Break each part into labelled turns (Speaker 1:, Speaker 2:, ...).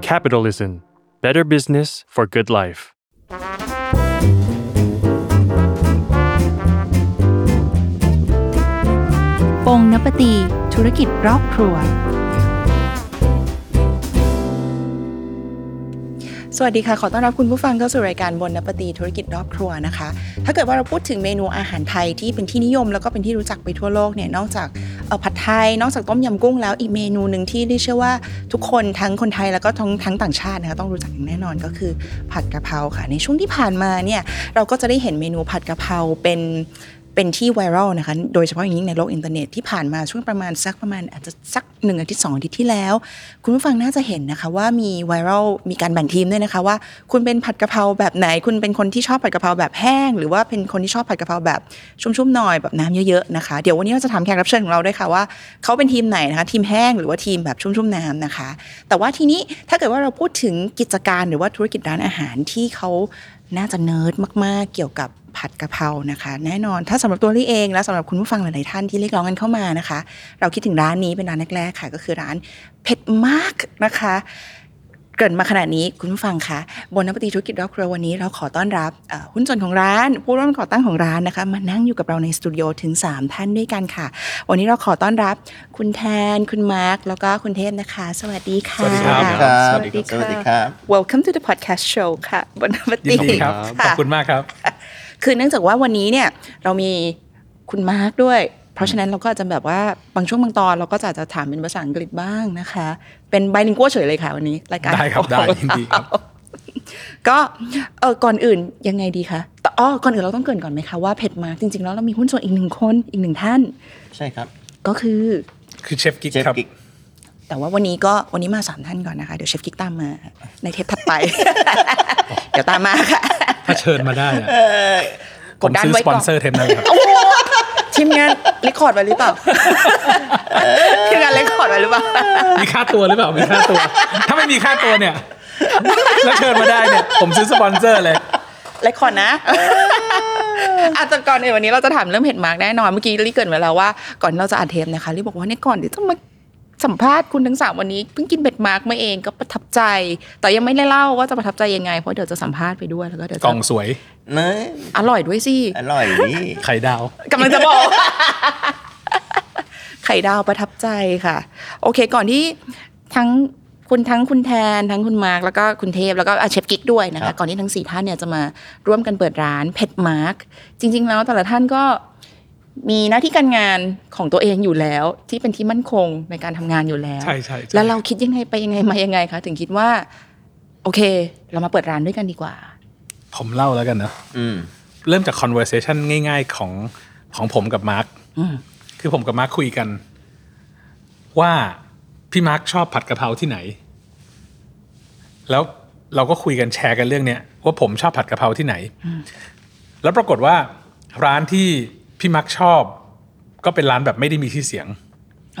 Speaker 1: Capitalism Better Business for Good Life.
Speaker 2: p งนปตี ธุรกิจรอบครัว
Speaker 3: สวัสดีค่ะ ขอต้อนรับคุณผู้ฟังเข้าสู่รายการบนนปตีธุรกิจรอบครัวนะคะ ถ้าเกิดว่าเราพูดถึงเมนูอาหารไทยที่เป็นที่นิยม แล้วก็เป็นที่รู้จักไปทั่วโลกเนี่ย นอกจากเอ่อผัดไทย นอกจากต้มยำกุ้งแล้วอีกเมนูหนึ่งที่ได้เชื่อว่าทุกคนทั้งคนไทยแล้วก็ทั้งทั้งต่างชาตินะคะต้องรู้จักอย่างแน่นอนก็คือผัดกะเพราค่ะ ในช่วงที่ผ่านมาเนี่ยเราก็จะได้เห็นเมนูผัดกะเพราเป็นเป็นที่ไวรัลนะคะ โดยเฉพาะอย่างยิ่งในโลกอินเทอร์เน็ตที่ผ่านมาช่วงประมาณสักประมาณอาจจะสักหนึ่งอาทิตย์สองอาทิตย์ที่แล้ว คุณผู้ฟังน่าจะเห็นนะคะว่ามีไวรัลมีการแบ่งทีมด้วยนะคะว่า คุณเป็นผัดกะเพราแบบไหน คุณเป็นคนที่ชอบผัดกะเพราแบบแห้ง หรือว่าเป็นคนที่ชอบผัดกะเพราแบบชุ่มๆหน่อยแบบน้ำเยอะๆนะคะเดี๋ยววันนี้เราจะถามแขกรับเชิญของเราด้วยค่ะว่าเขาเป็นทีมไหนนะคะทีมแห้งหรือว่าทีมแบบชุ่มๆน้ำนะคะ แต่ว่าทีนี้ถ้าเกิดว่าเราพูดถึงกิจการหรือว่าธุรกิจร้านอาหารที่เขาน่าจะเนิร์ดมากๆ เกี่ยวกับผัดกะเพรานะคะ แน่นอนถ้าสำหรับตัวลี่เองและสำหรับคุณผู้ฟังหลายๆท่านที่เรียกร้องกันเข้ามานะคะ เราคิดถึงร้านนี้เป็นร้านแรกๆค่ะ ก็คือร้านเผ็ดมากนะคะ เกริดมาขนาดนี้คุณผู้ฟังคะบนนปฏิธุรกิจรอบครัววันนี้เราขอต้อนรับเอ่อหุ้นส่วนของร้าน ผู้ร่วมก่อตั้งของร้านนะคะ มานั่งอยู่กับเราในสตูดิโอถึง 3 ท่านด้วยกันค่ะ วันนี้เราขอต้อนรับ คุณแทน คุณมาร์คแล้วก็คุณเทพนะคะ สวัสดีค่ะ
Speaker 4: สวัสดีครับ
Speaker 3: สวัสดี
Speaker 4: สวัสดี
Speaker 3: ค่ะ
Speaker 4: ครับ
Speaker 3: Welcome to the podcast show ค่ะบนนปฏิ
Speaker 4: ยินดีครับ
Speaker 1: ข
Speaker 3: ะ
Speaker 1: อบคุณมากครับ
Speaker 3: คือเนื่องจากว่าวันนี้เนี่ยเรามีคุณมาร์คด้วย เพราะฉะนั้นเราก็อาจจะแบบว่าบางช่วงบางตอนเราก็จะอาจจะถามเป็นภาษาอังกฤษบ้างนะคะ เป็นไบลิงกัวเฉยเลยค่ะวันนี้รายการ
Speaker 4: ได้ครับได้ยินดีครับ
Speaker 3: ก็เออก่อนอื่นยังไงดีคะแต่อ๋อก่อนอื่นเราต้องเกรินก่อนไหมคะว่าเพจมาร์คจริงๆแล้วเรามีหุ้นส่วนอีกหนึ่งคนอีกหนึ่งท่าน
Speaker 4: ใช่ครับ
Speaker 3: ก็คือ
Speaker 5: คือเชฟกิ๊ก
Speaker 4: เจฟ
Speaker 5: ครับ
Speaker 4: กิก
Speaker 3: แต่ว่าวันนี้ก็วันนี้มาสามท่านก่อนนะคะเดี๋ยวเชฟกิ๊กตามมาในเทปถัดไป เดี๋ยวตามมาค่ะ
Speaker 5: ถ้าเชิญมาได้อะผ
Speaker 3: กด
Speaker 5: ม
Speaker 3: ดัน
Speaker 5: ซื้อ
Speaker 3: ไว้
Speaker 5: สปอ
Speaker 3: ก่
Speaker 5: น
Speaker 3: อน
Speaker 5: เซอร์เทปนั้นครับ
Speaker 3: ทีมงานรีคอร์ดไว้หรือเปล่า ทีมงานรีคอร์ดไว้หรือเปล่า
Speaker 5: มีค่าตัวหรือเปล่า มีค่าตัว ถ้าไม่มีค่าตัวเนี่ย แล้วเชิญมาได้เนี่ย ผมซื้อสปอนเซอร์เลย
Speaker 3: เลคคอร์ดนะ อาจจะแต่ก่อนอื่นวันนี้เราจะถามเรื่องเห็ดมาร์กแน่นอน เมื่อกี้ลี่เกรินไว้แล้วว่าก่อนเราจะอัดเทปนะคะลี่บอกว่าเนี่ยก่อนเดี๋ยวต้องมาสัมภาษณ์คุณทั้งสามวันนี้เพิ่งกินเบ็ดมาร์กมาเองก็ประทับใจ แต่ยังไม่ได้เล่าว่าจะประทับใจยังไงเพราะเดี๋ยวจะสัมภาษณ์ไปด้วยแล้วก็เดี๋ยวจะ
Speaker 5: กล่องสวย
Speaker 4: เนย
Speaker 3: อร่อยด้วยสิ
Speaker 4: อร่อยนี่
Speaker 5: ไข่ดาว
Speaker 3: กำลังจะบอก ไข่ดาวประทับใจค่ะ โอเค ก่อนที่ทั้งคุณทั้งคุณแทนทั้งคุณมาร์กแล้วก็คุณเทพแล้วก็อ่ะเชฟกิ๊กด้วยนะ
Speaker 4: ครั
Speaker 3: คะ
Speaker 4: บ
Speaker 3: ก่อนที่ทั้งสี่ท่านเนี่ยจะมาร่วมกันเปิดร้านเผ็ดมาร์กจริง ๆ แล้วแต่ละท่านก็มีหน้าที่การงานของตัวเองอยู่แล้ว ที่เป็นที่มั่นคงในการทำงานอยู่แล้ว
Speaker 5: ใช่ใช่ใช่
Speaker 3: แล้วเราคิดยังไงไปยังไงมายังไงคะถึงคิดว่า โอเค เรามาเปิดร้านด้วยกันดีกว่า
Speaker 5: ผมเล่าแล้วกันเนอะ
Speaker 4: อืม
Speaker 5: เริ่มจาก conversation ง่าย ๆ ของของผมกับมาร์ค
Speaker 3: อืม
Speaker 5: คือผมกับมาร์คคุยกัน ว่าพี่มาร์คชอบผัดกะเพราที่ไหน แล้วเราก็คุยกันแชร์กันเรื่องเนี้ยว่าผมชอบผัดกะเพราที่ไหน แล้วปรากฏว่าร้านที่พี่มาร์คชอบ ก็เป็นร้านแบบไม่ได้มีชื่อเสียง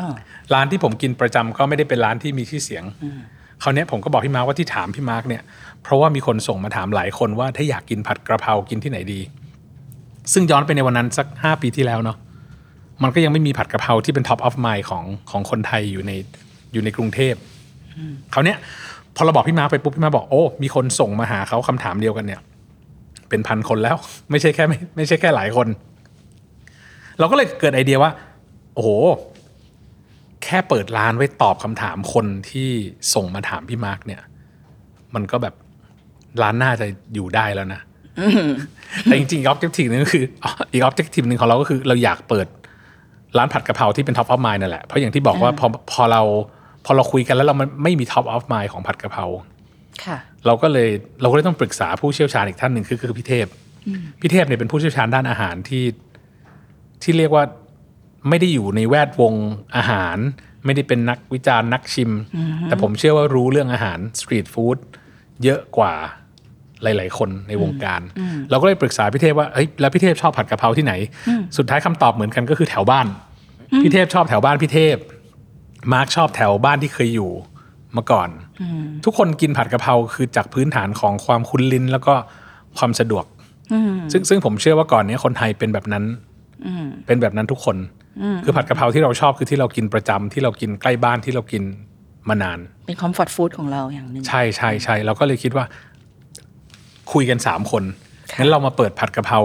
Speaker 3: อ๋อ
Speaker 5: ร้านที่ผมกินประจำก็ไม่ได้เป็นร้านที่มีชื่อเสียงคราวเนี้ยผมก็บอกพี่มาร์คว่าที่ถามพี่มาร์คเนี่ย เพราะว่ามีคนส่งมาถามหลายคนว่าถ้าอยากกินผัดกระเพรากินที่ไหนดี ซึ่งย้อนไปในวันนั้นสักห้าปีที่แล้วเนาะมันก็ยังไม่มีผัดกระเพราที่เป็นท็อปออฟไมล์ของของคนไทยอยู่ในอยู่ในกรุงเทพคราวเนี้ยพอเราบอกพี่มาร์คไปปุ๊บพี่มาร์คบอกโอ้มีคนส่งมาหาเขาคำถามเดียวกันเนี่ย เป็นพันคนแล้ว ไม่ใช่แค่ไม่ไม่ใช่แค่หลายคน เราก็เลยเกิดไอเดียว่า โอ้โห แค่เปิดร้านไว้ตอบคำถามคนที่ส่งมาถามพี่มาร์กเนี่ย มันก็แบบร้านน่าจะอยู่ได้แล้วนะ แต่จริงๆออบเจกตีฟนึงก็คือ อ๋ออีกออบเจกตีฟหนึ่งของเราก็คือ เราอยากเปิดร้านผัดกะเพราที่เป็นท็อปออฟไมล์นั่นแหละ เพราะอย่างที่บอกว่าพอพอเราพอเราคุยกันแล้วเรามันไม่มีท็อปออฟไมล์ของผัดกะเพรา
Speaker 3: ค่ะ
Speaker 5: เราก็เลยเราก็เลยต้องปรึกษาผู้เชี่ยวชาญอีกท่านหนึ่งคือคือพี่เทพ พี่เทพเนี่ยเป็นผู้เชี่ยวชาญด้านอาหารที่ที่เรียกว่าไม่ได้อยู่ในแวดวงอาหาร ไม่ได้เป็นนักวิจารณ์นักชิม แต่ผมเชื่อว่ารู้เรื่องอาหารสตรีทฟู้ดเยอะกว่าหลาย ๆ คนในวงการ เราก็เลยปรึกษาพี่เทพว่าเฮ้ยแล้วพี่เทพชอบผัดกะเพราที่ไหน สุดท้ายคำตอบเหมือนกันก็คือแถวบ้าน พี่เทพชอบแถวบ้านพี่เทพ มาร์คชอบแถวบ้านที่เคยอยู่มาก่อน ทุกคนกินผัดกะเพราคือจากพื้นฐานของความคุ้นลิ้นแล้วก็ความสะดวก ซึ่งซึ่งผมเชื่อว่าก่อนเนี้ยคนไทยเป็นแบบนั้นเป็นแบบนั้นทุกคน คือผัดกะเพราที่เราชอบคือที่เรากินประจำที่เรากินใกล้บ้านที่เรากิน มานาน
Speaker 6: เป็นคอมฟอร์ตฟู้ดของเราอย่างหนึ่ง
Speaker 5: ใช่ใช่ใช่เราก็เลยคิดว่า คุยกันสามคนงั้นเรามาเปิดผัดกะเพรา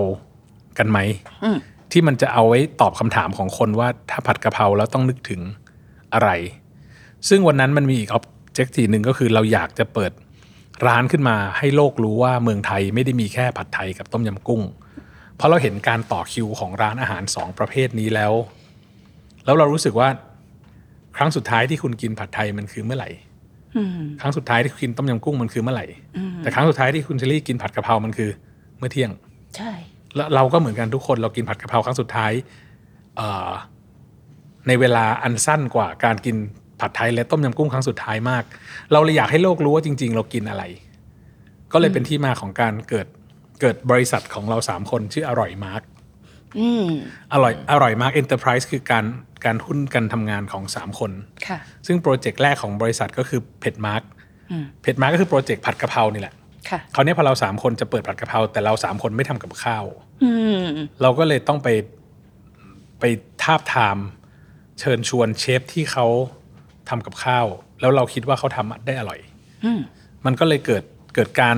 Speaker 5: กันไหม
Speaker 6: อืม
Speaker 5: ที่มันจะเอาไว้ตอบคำถามของคนว่าถ้าผัดกะเพราแล้วต้องนึกถึงอะไร ซึ่งวันนั้นมันมีอีกออบเจกตีหนึ่งก็คือเราอยากจะเปิดร้านขึ้นมาให้โลกรู้ว่าเมืองไทยไม่ได้มีแค่ผัดไทยกับต้มยำกุ้ง เพราะเราเห็นการต่อคิวของร้านอาหารสองประเภทนี้แล้ว แล้วเรารู้สึกว่า ครั้งสุดท้ายที่คุณกินผัดไทยมันคือเมื่อไหร่
Speaker 6: อืม
Speaker 5: ครั้งสุดท้ายที่คุณกินต้มยำกุ้งมันคือเมื่อไหร่ แต่ครั้งสุดท้ายที่คุณเชอรี่กินผัดกะเพรา มันคือเมื่อเที่ยง
Speaker 6: ใช่
Speaker 5: แล้วเราก็เหมือนกันทุกคนเรากินผัดกะเพราครั้งสุดท้ายเอ่อในเวลาอันสั้นกว่าการกินผัดไทยและต้มยำกุ้งครั้งสุดท้ายมาก เราเลยอยากให้โลกรู้ว่าจริง ๆ เรากินอะไร ก็เลยเป็นที่มาของการเกิดเกิดบริษัทของเราสามคนชื่ออร่อยมาร์ก
Speaker 6: อืม
Speaker 5: อร่อยอร่อยมาก Enterprise คือการการหุ้นกันทำงานของ 3 คน
Speaker 6: ค่ะ
Speaker 5: ซึ่งโปรเจกต์แรกของบริษัทก็คือเผ็ดมาร์ก
Speaker 6: อืม
Speaker 5: เผ็ดมาร์กก็คือโปรเจกต์ผัดกะเพรานี่แหละ
Speaker 6: ค่ะ
Speaker 5: คราวนี้พอเรา 3 คนจะเปิดผัดกะเพราแต่เรา 3 คนไม่ทำกับข้าว
Speaker 6: อืม
Speaker 5: เราก็เลยต้องไปไปทาบทาม เชิญชวนเชฟที่เขาทำกับข้าว แล้วเราคิดว่าเขาทำได้อร่อย
Speaker 6: อืม
Speaker 5: มันก็เลยเกิดเกิดการ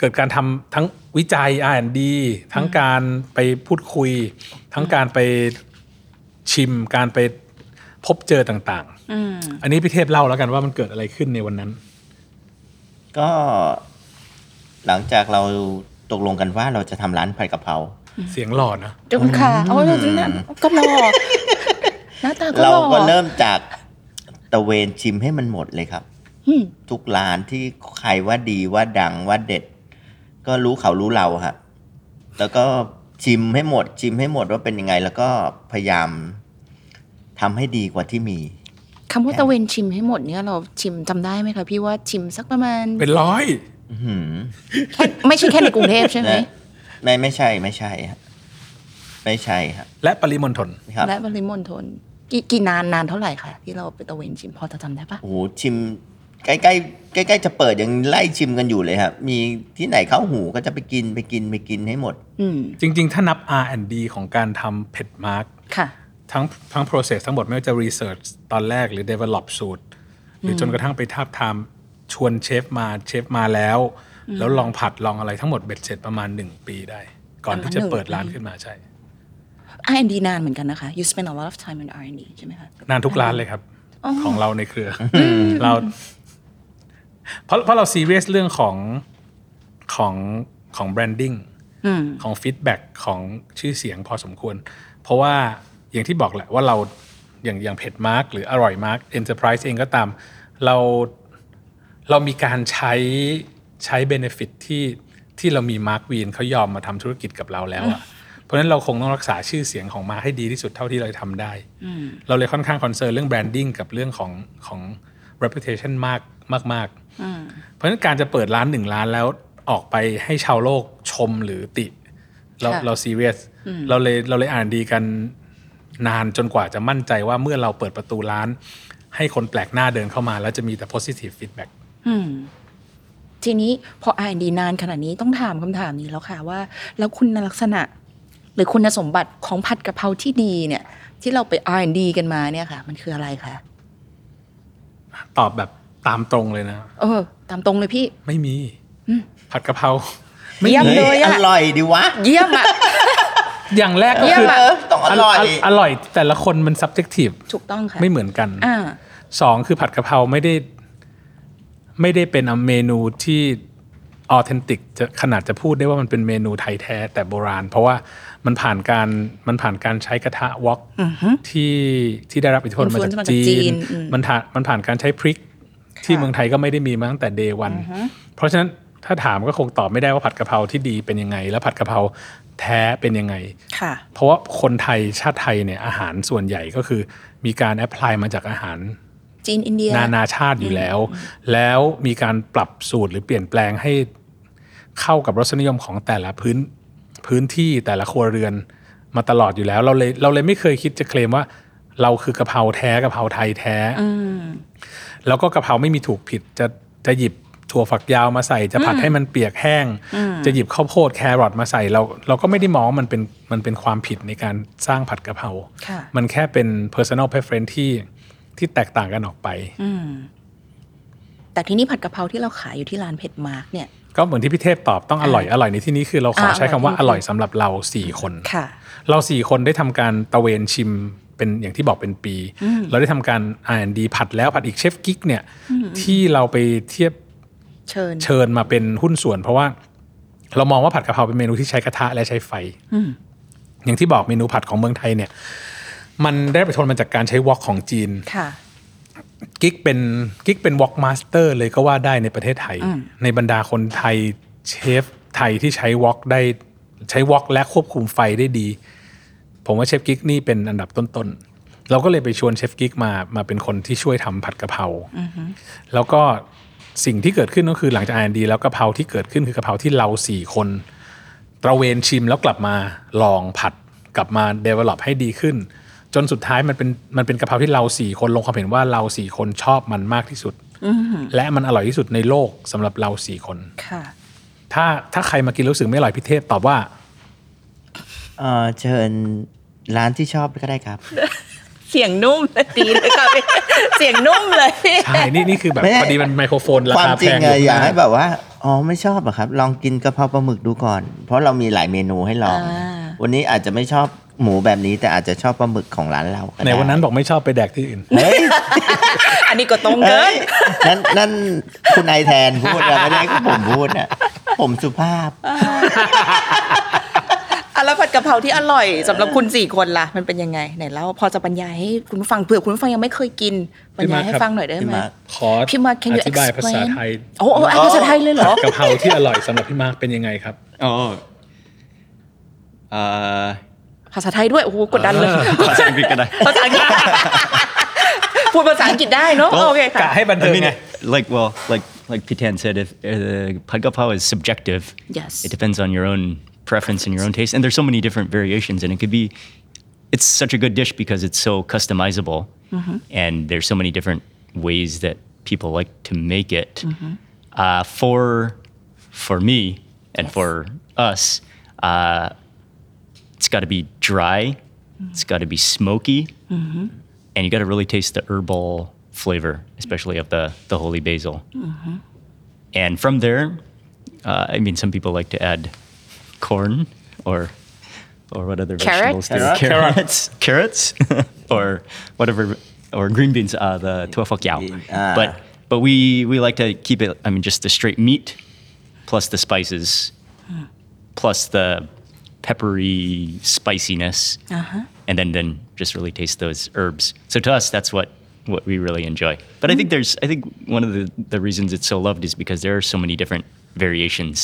Speaker 5: เกิดการทำทั้งวิจัย R&D ทั้งการไปพูดคุย ทั้งการไปชิม การไปพบเจอต่าง
Speaker 6: อืม
Speaker 5: ๆ อันนี้พี่เทพเล่าแล้วกันว่ามันเกิดอะไรขึ้นในวันนั้น
Speaker 4: ก็หลังจากเราตกลงกันว่าเราจะทำร้านผัดกะเพรา
Speaker 5: เสียงหล่อนะ
Speaker 6: เดี๋ยวคุณค่ะเอาไว้ดูสิหน้าก็ หล่อหน้าตาก็
Speaker 4: เรา
Speaker 6: หล่อ
Speaker 4: ก็เริ่มจากตะเวนชิมให้มันหมดเลยครับ
Speaker 6: อืม
Speaker 4: ทุกร้านที่ใครว่าดีว่าดังว่าเด็ด ก็รู้เขารู้เราฮะแล้วก็ชิมให้หมด ชิมให้หมดว่าเป็นยังไง แล้วก็พยายามทำให้ดีกว่าที่มี
Speaker 6: คำว่าตะเวนชิมให้หมดเนี่ยเราชิมจำได้ไหมคะพี่ว่าชิมสักประมาณ
Speaker 5: เป็นร้อย
Speaker 4: อื้อหือ
Speaker 6: ไม่ใช่แค่ในกรุงเทพใช่ไหม
Speaker 4: นะไม่ไม่ใช่ไม่ใช่ฮะไม่ใช่ฮะ
Speaker 5: และปริมณฑล
Speaker 4: ครับ
Speaker 6: และปริมณฑลกี่กี่นานนานเท่าไหร่คะที่เราไปตะเวนชิมพอจะจำได้ปะ
Speaker 4: โอ้โหชิม ใกล้ใกล้ใกล้ๆจะเปิดยังไล่ชิมกันอยู่เลยครับมีที่ไหนเข้าหูก็จะไปกินไปกินไปกินให้หมด
Speaker 6: อืม
Speaker 5: จริง ๆ ถ้านับ R&D ของการทำเผ็ดมาร์ก
Speaker 6: ค่ะ
Speaker 5: ทั้งทั้ง process ทั้งหมดไม่ว่าจะ research ตอนแรกหรือ develop สูตร หรือจนกระทั่งไปทาบทามชวนเชฟมาเชฟมาแล้ว แล้วลองผัดลองอะไรทั้งหมดเบ็ดเสร็จประมาณ 1 ปีได้ ก่อนที่จะเปิดร้านขึ้นมาใช่
Speaker 6: R&D นานเหมือนกันนะคะ you spend a lot of time in R&D ใช่ไหมคะ
Speaker 5: นานทุกร้านเลยครับ
Speaker 6: อ๋อ
Speaker 5: ของเราในเครืออเราเพราะเพราะเราซีเรียสเรื่องของของของ branding
Speaker 6: อืม
Speaker 5: ของฟีดแบ็กของชื่อเสียงพอสมควร เพราะว่าอย่างที่บอกแหละว่าเราอย่างอย่างเผ็ดมาร์กหรืออร่อยมาร์กเอ็นเตอร์ไพรส์เองก็ตาม เราเรามีการใช้ใช้เบเนฟิตที่ที่เรามีมาร์กวีนเขายอมมาทำธุรกิจกับเราแล้วอะเพราะฉะนั้นเราคงต้องรักษาชื่อเสียงของมาร์คให้ดีที่สุดเท่าที่เราจะทำได้ เราเลยค่อนข้างคอนเซิร์นเรื่องแบรนดิ้งกับเรื่องของของ reputation มากมากๆ เพราะฉะนั้นการจะเปิดร้านหนึ่งร้านแล้วออกไปให้ชาวโลกชมหรือติ เรา
Speaker 6: ค่ะ
Speaker 5: เราซีเรียสเราเลยเราเลยอ่านดีกันนานจนกว่าจะมั่นใจว่าเมื่อเราเปิดประตูร้าน ให้คนแปลกหน้าเดินเข้ามา แล้วจะมีแต่ positive feedback
Speaker 6: อืม ทีนี้พอ R&D นานขนาดนี้ต้องถามคำถามนี้แล้วค่ะว่า แล้วคุณลักษณะ หรือคุณสมบัติของผัดกะเพราที่ดีเนี่ย ที่เราไป R&D กันมาเนี่ยค่ะ มันคืออะไรคะ
Speaker 5: ตอบแบบตามตรงเลยนะ
Speaker 6: เออ ตามตรงเลยพี่
Speaker 5: ไม่มี ผัดกะเพรา
Speaker 6: เยี่ยม
Speaker 4: เฮ้
Speaker 6: เลย
Speaker 4: ย
Speaker 6: อะ
Speaker 4: อร่อยดีวะ
Speaker 6: เยี่ยมอะ
Speaker 5: อย่างแรกก็คือ
Speaker 6: เยี่ยมอะ
Speaker 4: เออต้องอร่อย
Speaker 5: อร่อยแต่ละคนมัน subjective
Speaker 6: ถูกต้องค่ะ
Speaker 5: ไม่เหมือนกัน
Speaker 6: อ่า
Speaker 5: สองคือผัดกะเพราไม่ได้ไม่ได้เป็นเมนูที่ออเทนติกจะขนาดจะพูดได้ว่ามันเป็นเมนูไทยแท้แต่โบราณ เพราะว่ามันผ่านการมันผ่านการใช้กระทะวอกที่ที่ได้รับอิทธิพลมาจาก
Speaker 6: Influence มาจาก
Speaker 5: จี
Speaker 6: จี
Speaker 5: น
Speaker 6: นอืม
Speaker 5: มันผ่านมันผ่านการใช้พริก ที่เมืองไทยก็ไม่ได้มีมาตั้งแต่เดวัน เพราะฉะนั้นถ้าถามก็คงตอบไม่ได้ว่าผัดกะเพราที่ดีเป็นยังไง และผัดกะเพราแท้เป็นยังไง
Speaker 6: ค่ะ
Speaker 5: เพราะว่าคนไทยชาติไทยเนี่ยอาหารส่วนใหญ่ก็คือมีการแอพพลายมาจากอาหาร
Speaker 6: จีนอินเดีย
Speaker 5: นานาชาติอยู่แล้ว แล้วมีการปรับสูตรหรือเปลี่ยนแปลงให้เข้ากับรสนิยมของแต่ละพื้นพื้นที่แต่ละครัวเรือนมาตลอดอยู่แล้ว เราเลยเราเลยไม่เคยคิดจะเคลมว่า เราคือกะเพราแท้กะเพราไทยแท้
Speaker 6: อืม
Speaker 5: แล้วก็กะเพราไม่มีถูกผิดจะจะหยิบถั่วฝักยาวมาใส่ จะผัดให้มันเปียกแห้ง จะหยิบข้าวโพดแครอทมาใส่เรา เราก็ไม่ได้มองว่ามันเป็นมันเป็นความผิดในการสร้างผัดกะเพรา
Speaker 6: ค่ะ
Speaker 5: มันแค่เป็น personal preference ที่ ที่แตกต่างกันออกไป
Speaker 6: อืมแต่ที่นี่ผัดกะเพราที่เราขายอยู่ที่ร้านเพชรมาร์กเนี่ย
Speaker 5: ก็เหมือนที่พี่เทพตอบต้องอร่อยอร่อยในที่นี้คือเราขอ
Speaker 6: อ่า
Speaker 5: ใช้คำว่า
Speaker 6: อ
Speaker 5: อ
Speaker 6: ร่
Speaker 5: ร่
Speaker 6: อ
Speaker 5: อย ย
Speaker 6: จริง
Speaker 5: สำหรับเราสี่คน
Speaker 6: ค่ะ
Speaker 5: เราสี่คนได้ทำการตะเวนชิมเป็นอย่างที่บอกเป็นปี เราได้ทำการ R&D ผัดแล้วผัดอีกเชฟกิ๊กเนี่ยที่เราไปเทียบ
Speaker 6: เชิญ
Speaker 5: เชิญมาเป็นหุ้นส่วน เพราะว่าเรามองว่าผัดกะเพราเป็นเมนูที่ใช้กระทะและใช้ไฟ
Speaker 6: อืม
Speaker 5: อย่างที่บอกเมนูผัดของเมืองไทยเนี่ยมันได้ไปชนมาจากการใช้วอกของจีน
Speaker 6: ค่ะ
Speaker 5: กิ๊กเป็นกิ๊กเป็นวอล์กมาสเตอร์เลยก็ว่าได้ในประเทศไทย ในบรรดาคนไทยเชฟไทยที่ใช้วอล์กได้ใช้วอล์กและควบคุมไฟได้ดี ผมว่าเชฟกิ๊กนี่เป็นอันดับต้นๆ เราก็เลยไปชวนเชฟกิ๊กมามาเป็นคนที่ช่วยทำผัดกะเพราแล้วก็สิ่งที่เกิดขึ้นก็คือหลังจากอ d ดีแล้วกะเพราที่เกิดขึ้นคือกะเพราที่เราสี่คน ตระเวนชิมแล้วกลับมาลองผัดกลับมา develop ให้ดีขึ้น จนสุดท้ายมันเป็นมันเป็นกะเพราที่เราสี่คนลงความเห็นว่าเราสี่คนชอบมันมากที่สุด และมันอร่อยที่สุดในโลกสำหรับเราสี่คน
Speaker 6: ค่ะ
Speaker 5: ถ้าถ้าใครมากินแล้วรู้สึกไม่อร่อยพิเทพตอบว่า
Speaker 4: เอ่อเชิญร้านที่ชอบก็ได้ครับ
Speaker 6: เสียงนุ่มเลยดีเลยค่ะพี่ เสียงนุ่มเลย
Speaker 5: ใช่ นี่นี่คือแบบ
Speaker 4: ไม่
Speaker 5: พอดีมันไมโครโฟนรา
Speaker 4: ความ
Speaker 5: คา
Speaker 4: จริ
Speaker 5: แพ
Speaker 4: ง
Speaker 5: ง
Speaker 4: อะอยาก
Speaker 5: ข้ง
Speaker 4: ให้แบบว่าอ๋อไม่ชอบอะครับ ลองกินกะเพราปลาหมึกดูก่อน เพราะเรามีหลายเมนูให้ลอง
Speaker 6: อ่า
Speaker 4: วันนี้อาจจะไม่ชอบหมูแบบนี้ แต่อาจจะชอบปลาหมึกของร้านเราก็ได้
Speaker 5: ในวันนั้นบอกไม่ชอบไปแดกที่อื่น
Speaker 4: เฮ้ย
Speaker 6: อันนี้ก็ตรงเกิน
Speaker 4: เฮ้ยนั่นนั่นคุณนายแทนพูดอะไม่ได้ผมพูดอะผมสุภาพ
Speaker 6: อ่ะแล้วผัดกะเพราที่อร่อยสำหรับคุณสี่คนล่ะ มันเป็นยังไงไหนเล่าพอจะบรรยายให้คุณผู้ฟังเผื่อคุณผู้ฟังยังไม่เคยกินบรรยายให้
Speaker 5: พี่มาร์ค
Speaker 6: ฟังหน่อยได้
Speaker 4: พี่
Speaker 6: ไหม
Speaker 4: มาร์ค
Speaker 5: ขอ
Speaker 6: พี่มาร์ค can you
Speaker 5: อธิบาย
Speaker 6: explain
Speaker 5: ภาษาไทย
Speaker 6: โอ้โอ้อ่ะภาษาไทยเลยเหรอ
Speaker 5: กะเพราที่อร่อยสำหรับพี่มาร์คเป็นยังไงครับ
Speaker 7: อ๋อเอ่อ
Speaker 6: ภาษาไทยด้วย โอ้โห กดดันเลย
Speaker 7: ภาษาอังกฤษก็ได้
Speaker 6: ภาษาอังกฤษ พูดภาษาอังกฤษได้เนาะ โอเค
Speaker 5: กะ
Speaker 6: ค่ะ
Speaker 5: ให้บันเทิง
Speaker 7: I mean,
Speaker 5: ไง
Speaker 7: like, well, like, like Pitan said, if uh, pad kapow is subjective,
Speaker 6: Yes.
Speaker 7: it depends on your own preference and your own taste. And there's so many different variations, and it could be, it's such a good dish because it's so customizable, and there's so many different ways that people like to make it. Uh, for, for me and for us, uh, it's got to be dry, it's got to be smoky and you got to really taste the herbal flavor, especially of the the holy basil. And from there, uh, I mean, some people like to add corn or or what other
Speaker 2: Carrot?
Speaker 7: vegetables? do- Carrots, carrots, or whatever, or green beans. Uh, the tuafok yao.
Speaker 4: Ah.
Speaker 7: But but we we like to keep it. I mean, just the straight meat, plus the spices, plus the peppery spiciness and then then just really taste those herbs. So to us, that's what what we really enjoy. But I think there's I think one of the the reasons it's so loved is because there are so many different variations.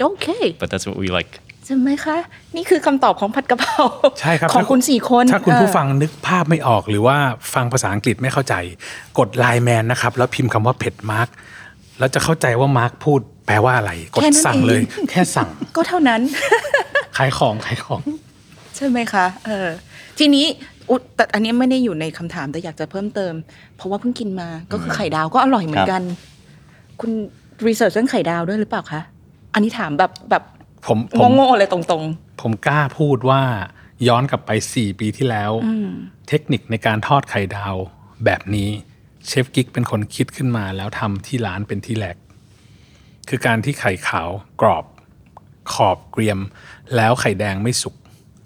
Speaker 6: โอเค
Speaker 7: But that's what we like.
Speaker 6: ใช่ไหมคะ นี่คือคำตอบของผัดกะเพรา
Speaker 5: ใช่ครับ
Speaker 6: ของคุณสี่คน
Speaker 5: ถ้าคุณผู้
Speaker 6: เออ
Speaker 5: ฟังนึกภาพไม่ออกหรือว่าฟังภาษาอังกฤษไม่เข้าใจ กดไลน์แมนนะครับ แล้วพิมพ์คำว่าเผ็ดมาร์กแล้วจะเข้าใจว่ามาร์กพูดแปลว่าอะไร กด
Speaker 6: แค่นั้น
Speaker 5: สั่ง
Speaker 6: เอง
Speaker 5: เลย แค่สั่ง
Speaker 6: ก็เท่านั้น
Speaker 5: ขายของขายของ
Speaker 6: ใช่ไหมคะ เออ ทีนี้อุยแต่อันนี้ไม่ได้อยู่ในคำถามแต่อยากจะเพิ่มเติม เพราะว่าเพิ่งกินมาก็คือไข่ดาวก็อร่อยเหมือนกัน คุณรีเสิร์ชเรื่องไข่ดาวด้วยหรือเปล่าคะ อันนี้ถามแบบแบบ
Speaker 5: ผมผม
Speaker 6: โง่ๆเลยตรง
Speaker 5: ผมกล้าพูดว่าย้อนกลับไป 4 ปีที่แล้ว เทคนิคในการทอดไข่ดาวแบบนี้เชฟกิ๊กเป็นคนคิดขึ้นมาแล้วทำที่ร้านเป็นที่แรก คือการที่ไข่ขาวกรอบ ขอบเกรียม แล้วไข่แดงไม่สุก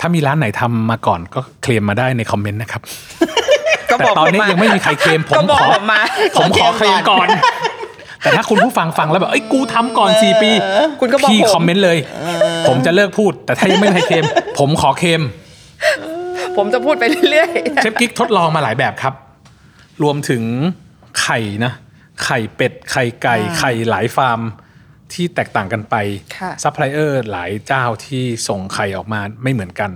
Speaker 5: ถ้ามีร้านไหนทำมาก่อนก็เคลมมาได้ในคอมเมนต์นะครับ
Speaker 6: ๆ ก็
Speaker 5: แต่
Speaker 6: บอก
Speaker 5: ตอนนี้
Speaker 6: ผมมา
Speaker 5: ยังไม่มีใครเคลมผม
Speaker 6: ก็บอ
Speaker 5: ข
Speaker 6: ก
Speaker 5: อ
Speaker 6: ผมมา
Speaker 5: ผมขอเคลมก่อน แต่ถ้าคุณผู้ฟังฟังแล้วแบบเอ้ยกูทำก่อนสี่ปี
Speaker 6: คุณก็บอก
Speaker 5: พี่
Speaker 6: ผม
Speaker 5: คอมเมนต์เลย ผมจะเลิกพูด แต่ถ้ายังไม่มีใครเคลมผมขอเคลม
Speaker 6: ผมจะพูดไปเรื่อยๆ
Speaker 5: เชฟกิ๊กทดลองมาหลายแบบครับ รวมถึงไข่นะ ไข่เป็ด ไข่ไก่ ไข่หลายฟาร์มที่แตกต่างกันไป
Speaker 6: ค่ะ
Speaker 5: ซัพพลายเออร์หลายเจ้าที่ส่งไข่ออกมาไม่เหมือนกัน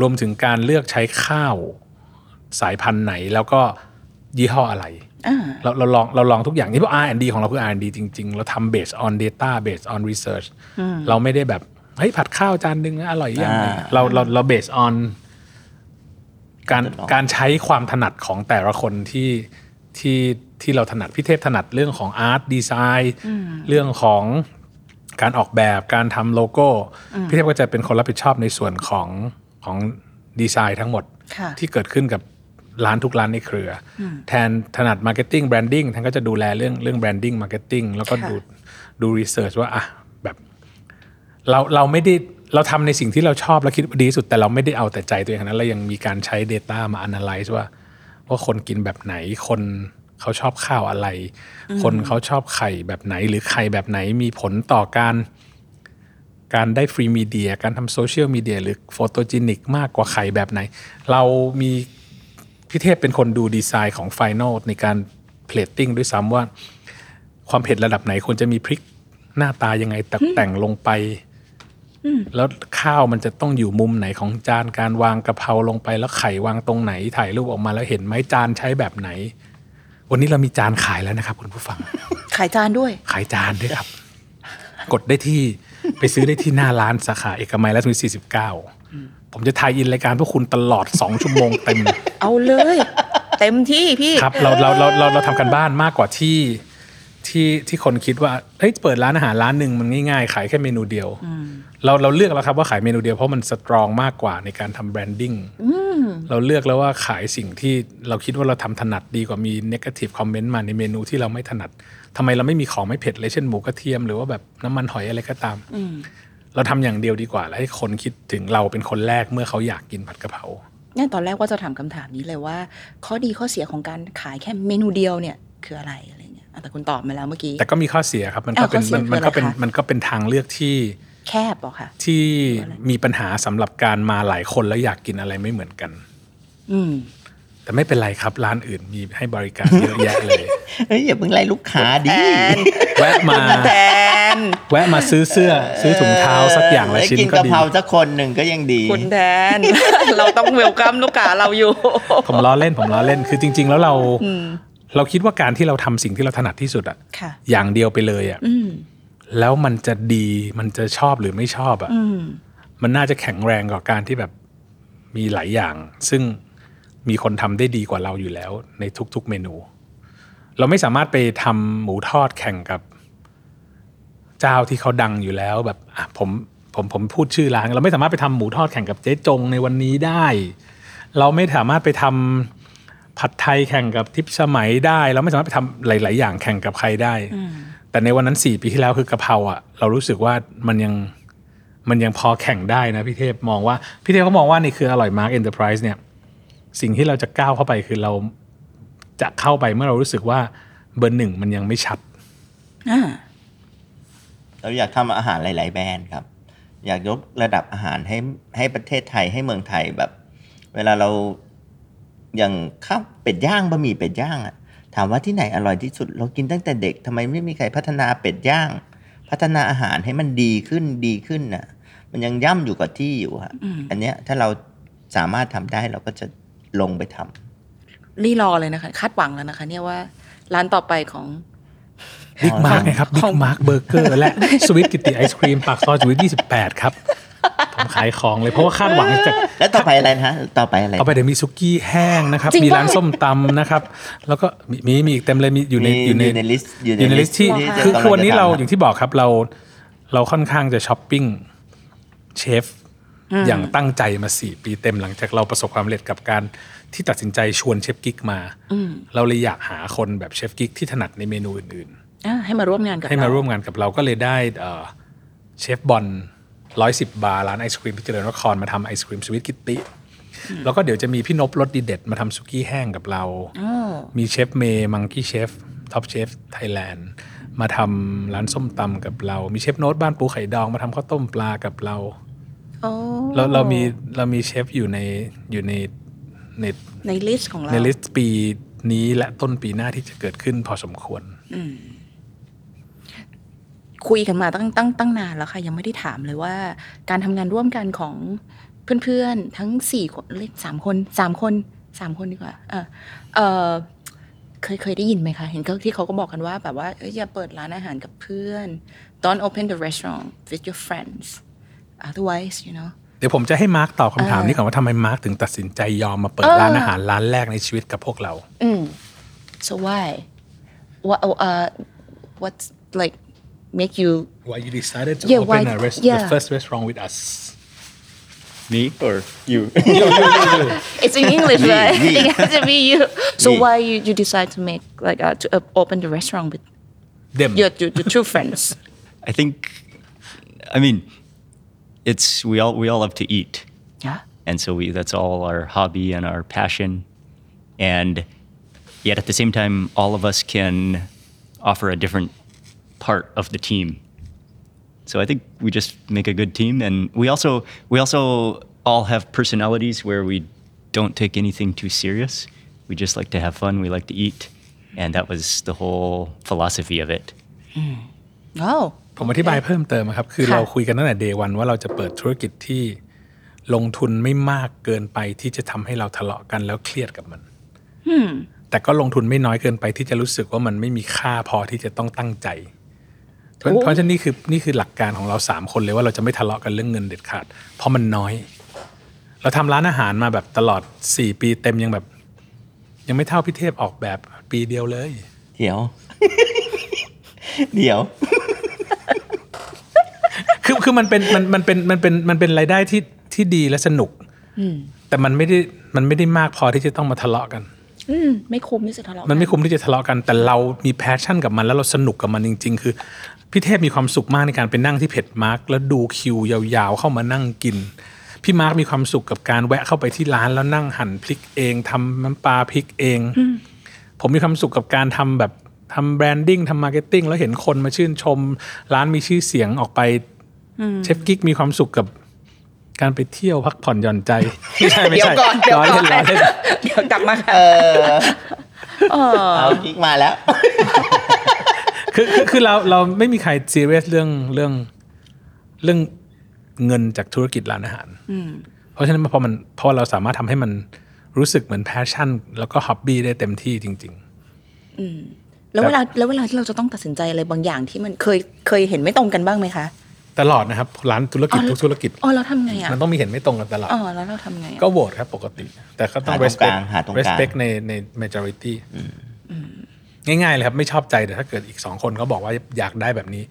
Speaker 5: รวมถึงการเลือกใช้ข้าวสายพันธุ์ไหนแล้วก็ยี่ห้ออะไร เราเราลองเราลองทุกอย่างนี่เพราะ R&D ของเราคือ R&D จริง ๆ เราทำ based on data based on research เราไม่ได้แบบเฮ้ยผัดข้าวจานหนึงนะอร่อยหรือยัง
Speaker 4: อ่า
Speaker 5: เราเราเรา based on การการใช้ความถนัดของแต่ละคนที่ที่ที่เราถนัดพี่เทพถนัดเรื่องของอาร์ตดีไซน์เรื่องของการออกแบบการทำโลโก้พี่เทพก็จะเป็นคนรับผิดชอบในส่วนของของดีไซน์ทั้งหมด
Speaker 6: ค่ะ
Speaker 5: ที่เกิดขึ้นกับ ร้านทุกร้านในเครืออแทนถนัดมาร์เก็ตติ้งแบรนดิ้งท่านก็จะดูแลเรื่องเรื่องแบรนดิ้งมาร์เก็ตติ้งแล้วก็
Speaker 6: ค่ะ
Speaker 5: ดูดูรีเสิร์ชว่าอ่ะแบบ เราเราไม่ได้เราทำในสิ่งที่เราชอบและคิดว่าดีที่สุดแต่เราไม่ได้เอาแต่ใจตัวเองขนาดนั้นเรายังมีการใช้ Data มา analyze ว่า ว่าคนกินแบบไหนคนเขาชอบข้าวอะไร คนเขาชอบไข่แบบไหน หรือไข่แบบไหนมีผลต่อการ การได้ฟรีมีเดีย การทำโซเชียลมีเดียหรือโฟโตจินิกมากกว่าไข่แบบไหน เรามีพี่เทพเป็นคนดูดีไซน์ของไฟน a ลในการเพลตติ้งด้วยซ้ำว่า ความเผ็ดระดับไหนควรจะมีพริกหน้าตายังไงตกแต่งลงไป แล้วข้าวมันจะต้องอยู่มุมไหนของจานการวางกระเพราลงไปแล้วไข่วางตรงไหนถ่ายรูปออกมาแล้วเห็นไหมจานใช้แบบไหน วันนี้เรามีจานขายแล้วนะครับคุณผู้ฟัง
Speaker 6: ขายจานด้วย
Speaker 5: ขายจานด้วยครับ กดได้ที่ไปซื้อได้ที่หน้าร้านสาขาเอกมัยรัชมิตร49 ผมจะทายอินรายการพวกคุณตลอด 2 ชั่วโมงเต็ม
Speaker 6: เอาเลย เต็มที่พี่
Speaker 5: ครับเราเราเราเราเราทำกันบ้านมากกว่าที่ที่ที่คนคิดว่าเฮ้ยเปิดร้านอาหารร้านหนึ่งมันง่ายๆ ขายแค่เมนูเดียว เราเราเลือกแล้วครับว่าขายเมนูเดียวเพราะมันสตรองมากกว่าในการทำแบรนดิ้งเราเลือกแล้วว่าขายสิ่งที่เราคิดว่าเราทำถนัดดีกว่ามีเนกาทีฟคอมเมนต์มาในเมนูที่เราไม่ถนัดทำไมเราไม่มีของไม่เผ็ดเลยเช่นหมูกระเทียมหรือว่าแบบน้ำมันหอยอะไรก็ตาม เราทำอย่างเดียวดีกว่า แล้วให้คนคิดถึงเราเป็นคนแรกเมื่อเขาอยากกินผัดกะเพรา
Speaker 6: เนี่ยตอนแรกว่าจะถามคำถามนี้เลยว่า ข้อดีข้อเสียของการขายแค่เมนูเดียวเนี่ยคืออะไรอะไรเงี้ยอ่ะแต่คุณตอบมาแล้วเมื่อกี้
Speaker 5: แต่ก็มีข้อเสียครับ มันก็
Speaker 6: อ้าว
Speaker 5: เป็น
Speaker 6: ข้อเสีย
Speaker 5: มัน
Speaker 6: คือ
Speaker 5: มันก็เป็น
Speaker 6: อะไรคะ
Speaker 5: มันก็เป็นทางเลือกที่
Speaker 6: แคบเหรอค่ะ
Speaker 5: ที่มีปัญหาสำหรับการมาหลายคนแล้วอยากกินอะไรไม่เหมือนกัน
Speaker 6: อืม
Speaker 5: แต่ไม่เป็นไรครับ ร้านอื่นมีให้บริการเยอะแยะเลย
Speaker 4: เฮ้ยอย่าเพิ่งไล่ลูกค้าดิ
Speaker 5: แวะมา
Speaker 6: แทน
Speaker 5: แวะมาซื้อเสื้อ ซื้อถุงเท้าสักอย่างละ
Speaker 4: ได้
Speaker 5: ชิ้น
Speaker 4: กิน
Speaker 5: ก็
Speaker 4: กะ
Speaker 5: ดี
Speaker 4: เพราสักคนหนึ่งก็ยังดี
Speaker 6: คุณแทน เราต้องเวลกัมลูกค้าเราอยู่
Speaker 5: ผมล้อเล่นผมล้อเล่นคือจริง ๆ แล้วเราเราคิดว่าการที่เราทำสิ่งที่เราถนัดที่สุดอะ
Speaker 6: ค่ะ
Speaker 5: อย่างเดียวไปเลยอะ
Speaker 6: อืม
Speaker 5: แล้วมันจะดีมันจะชอบหรือไม่ชอบอะ
Speaker 6: อืม
Speaker 5: มันน่าจะแข็งแรงกว่าการที่แบบมีหลายอย่าง ซึ่งมีคนทำได้ดีกว่าเราอยู่แล้ว ในทุกๆเมนู เราไม่สามารถไปทำหมูทอดแข่งกับ เจ้าที่เขาดังอยู่แล้วแบบอ่ะผมผมผมพูดชื่อร้าน เราไม่สามารถไปทำหมูทอดแข่งกับเจ๊จงในวันนี้ได้ เราไม่สามารถไปทำผัดไทยแข่งกับทิพย์สมัยได้ เราไม่สามารถไปทำหลาย ๆ อย่างแข่งกับใครได้ แต่ในวันนั้นสี่ปีที่แล้วคือกะเพราอ่ะ เรารู้สึกว่ามันยัง มันยังพอแข่งได้นะพี่เทพมองว่า พี่เทพเขามองว่าในเครืออร่อยมาร์กเอ็นเตอร์ไพรส์เนี่ย สิ่งที่เราจะก้าวเข้าไปคือเราจะเข้าไปเมื่อเรารู้สึกว่าเบอร์หนึ่งมันยังไม่ชัด
Speaker 6: อ่า
Speaker 4: เราอยากทำอาหารหลาย ๆ แบรนด์ครับ อยากยกระดับอาหารให้ให้ประเทศไทยให้เมืองไทยแบบ เวลาเราอย่างข้าวเป็ดย่างบะหมี่เป็ดย่างอะถามว่าที่ไหนอร่อยที่สุด เรากินตั้งแต่เด็กทำไมไม่มีใครพัฒนาเป็ดย่าง พัฒนาอาหารให้มันดีขึ้นดีขึ้นน่ะ มันยังย่ำอยู่กับที่อยู่อะอันเนี้ยถ้าเราสามารถทำได้เราก็จะลงไปทำ
Speaker 6: รีรอเลยนะคะ คาดหวังแล้วนะคะ เนี่ยว่าร้านต่อไปของ
Speaker 5: บิ๊กมาร์กนะครับบิ๊กมาร์กเบอร์เกอร์และสวิตกิติไอศครีมปากซอยสวิต28 ครับ ผมขายของเลยเพราะว่าคาดหวังจาก
Speaker 4: แล้วต่อไปอะไรนะฮะต่อไปอะไร
Speaker 5: ต่อไปเดี๋ยวมีซุกี้แห้งนะครับ
Speaker 6: จริง
Speaker 5: มี
Speaker 6: ป่ะ
Speaker 5: ร้านส้มตำนะครับ แล้วก็มีมีมีอีกเต็มเลยมีอยู่ใน
Speaker 4: มี
Speaker 5: อยู่ใน
Speaker 4: อยู่ใน list อยู่ใน
Speaker 5: อยู่ในลิส
Speaker 4: list
Speaker 5: ที่
Speaker 4: ที่
Speaker 5: คือ
Speaker 4: จะ
Speaker 5: คือวันนี้เราอ
Speaker 4: กำลังจะทำ
Speaker 5: ย่างที่บอกครับเราเราค่อนข้างจะช้อปปิ้งเชฟอย่างตั้งใจมาสี่ปีเต็มหลังจากเราประสบความสำเร็จกับการที่ตัดสินใจชวนเชฟกิ๊กมา เราเลยอยากหาคนแบบเชฟกิ๊กที่ถนัดในเมนูอื่น ๆ
Speaker 6: อ่าให้มาร่วมงานกับ
Speaker 5: ให้มา
Speaker 6: เ
Speaker 5: ร่วมงานกับเราก็เลยได้เอ่อเชฟบอลร้อยสิบบาร์ร้านไอศครีมพิจารณนครมาทำไอศครีมสวิตกิตติแล้วก็เดี๋ยวจะมีพี่นบรสดีเด็ดมาทำสุกี้แห้งกับเรา
Speaker 6: อ้อ
Speaker 5: มีเชฟเมย์มังกี้เชฟท็อปเชฟไทยแลนด์มาทำร้านส้มตำกับเรา มีเชฟโน้ตบ้านปูไข่ดองมาทำข้าวต้มปลากับเรา
Speaker 6: โอ้
Speaker 5: เราเรามีเรามีเชฟอยู่ในอยู่ในใน
Speaker 6: ในลิสต์ของเรา
Speaker 5: ในลิสต์ปีนี้และต้นปีหน้าที่จะเกิดขึ้นพอสมควร
Speaker 6: คุยกันมาตั้งตั้งตั้งนานแล้วค่ะ ยังไม่ได้ถามเลยว่า การทำงานร่วมกันของเพื่อนๆ ทั้งสี่คนเรียกสามคนสามคนสามคนดีกว่า เออเออเคยเคยได้ยินไหมคะ เห็นก็ที่เขาก็บอกกันว่าแบบว่าเอ้ยอย่าเปิดร้านอาหารกับเพื่อน don't open the restaurant with your friends otherwise you know
Speaker 5: เดี๋ยวผมจะให้มาร์กตอบคำถามนี้ก่อนว่าทำไมมาร์กถึงตัดสินใจยอมมาเปิดร้านอาหารร้านแรกในชีวิตกับพวกเรา
Speaker 6: อืม so why what uh what's like make you
Speaker 5: Why you decided to
Speaker 6: Yeah, open why- a rest- the yeah.
Speaker 5: first restaurant with us
Speaker 7: Me or you?
Speaker 8: It's in English,
Speaker 4: We,
Speaker 8: right?
Speaker 4: we.
Speaker 8: it has to be you. So
Speaker 4: We.
Speaker 8: why you, you decide to make like uh, to uh, open the restaurant with
Speaker 5: Them.
Speaker 8: your, your, your two friends?
Speaker 7: I think. I mean, it's we all we all love to eat,
Speaker 8: Yeah.
Speaker 7: and so we that's all our hobby and our passion, and yet at the same time, all of us can offer a different part of the team. So I think we just make a good team, and we also we also all have personalities where we don't take anything too serious. We just like to have fun. We like to eat, and that was the whole philosophy of it.
Speaker 3: ว้าว
Speaker 5: ผมอธิบายเพิ่มเติมครับ คือ
Speaker 3: ค่ะ
Speaker 5: เราคุยกันตั้งแต่เดวันว่าเราจะเปิดธุรกิจที่ลงทุนไม่มากเกินไปที่จะทำให้เราทะเลาะกันแล้วเครียดกับมันแต่ก็ลงทุนไม่น้อยเกินไปที่จะรู้สึกว่ามันไม่มีค่าพอที่จะต้องตั้งใจ เพราะเพราะฉะนั้นนี่คือนี่คือหลักการของเราสามคนเลยว่าเราจะไม่ทะเลาะกันเรื่องเงินเด็ดขาด เพราะมันน้อย เราทำร้านอาหารมาแบบตลอดสี่ปีเต็มยังแบบ ยังไม่เท่าพี่เทพออกแบบปีเดียวเลย
Speaker 4: เดี๋ยว เดี๋ยว
Speaker 5: คือคือมันเป็นมันมันเป็นมันเป็นมันเป็นรายได้ที่ที่ดีและสนุกแต่มันไม่ได้มันไม่ได้มากพอที่จะต้องมาทะเลาะกัน
Speaker 8: อืมไม่คุ้มที่จะทะเลาะกั
Speaker 5: มันไม่คุ้มที่จะทะเลาะกัน แต่เรามีแพชชั่นกับมันแล้วเราสนุกกับมันจริง ๆ คือพี่เทพมีความสุขมากในการไปนั่งที่เพจมาร์กแล้วดูคิวยาวๆเข้ามานั่งกิน พี่มาร์กมีความสุขกับการแวะเข้าไปที่ร้านแล้วนั่งหั่นพริกเองทำน้ำปลาพริกเอง ผมมีความสุขกับการทำแบบทำแบรนดิ้งทำมาร์เก็ตติ้งแล้วเห็นคนมาชื่นชม ร้านมีชื่อเสียงออกไปเชฟกิ๊กมีความสุขกับการไปเที่ยวพักผ่อนหย่อนใจไม่ใช่ไม่
Speaker 3: เดี๋ยว
Speaker 5: ใช่
Speaker 3: ก่อนเดี๋ยว
Speaker 5: ร้อย
Speaker 3: ก่อน
Speaker 5: เล่นร้อยเล่น
Speaker 3: เดี๋ยวกลับมาค่ะ
Speaker 4: เอากิ๊กมาแล้ว
Speaker 5: คือคือคือเราเราไม่มีใครซีเรียสเรื่องเรื่องเรื่องเงินจากธุรกิจร้านอาหารเพราะฉะนั้นพอมันพอเราสามารถทำให้มันรู้สึกเหมือนแพชชั่น แล้วก็ฮ็อบบี้ได้เต็มที่จริง
Speaker 3: แล้วเวลาแล้วเวลาที่เราจะต้องตัดสินใจอะไรบางอย่างที่มันเคยเคยเห็นไม่ตรงกันบ้างไหมคะ
Speaker 5: ๆ ตลอดนะครับ ร้านธุรกิจ
Speaker 3: อ๋อ
Speaker 5: ทุกธุรกิจ
Speaker 3: อ๋อเราทำไงอ่ะ
Speaker 5: มันต้องมีเห็นไม่ตรงกันตลอด
Speaker 3: อ๋อแล้วเราทำไงอ่ะ
Speaker 5: ก็โหวตครับปกติ แต่ก็ต้อง
Speaker 4: หาตรงก
Speaker 5: respect
Speaker 4: ลางหาตรงกลาง
Speaker 5: respect ในใน majority ง่ายๆเลยครับ ไม่ชอบใจแต่ถ้าเกิดอีกสองคนเขาบอกว่าอยากได้แบบนี้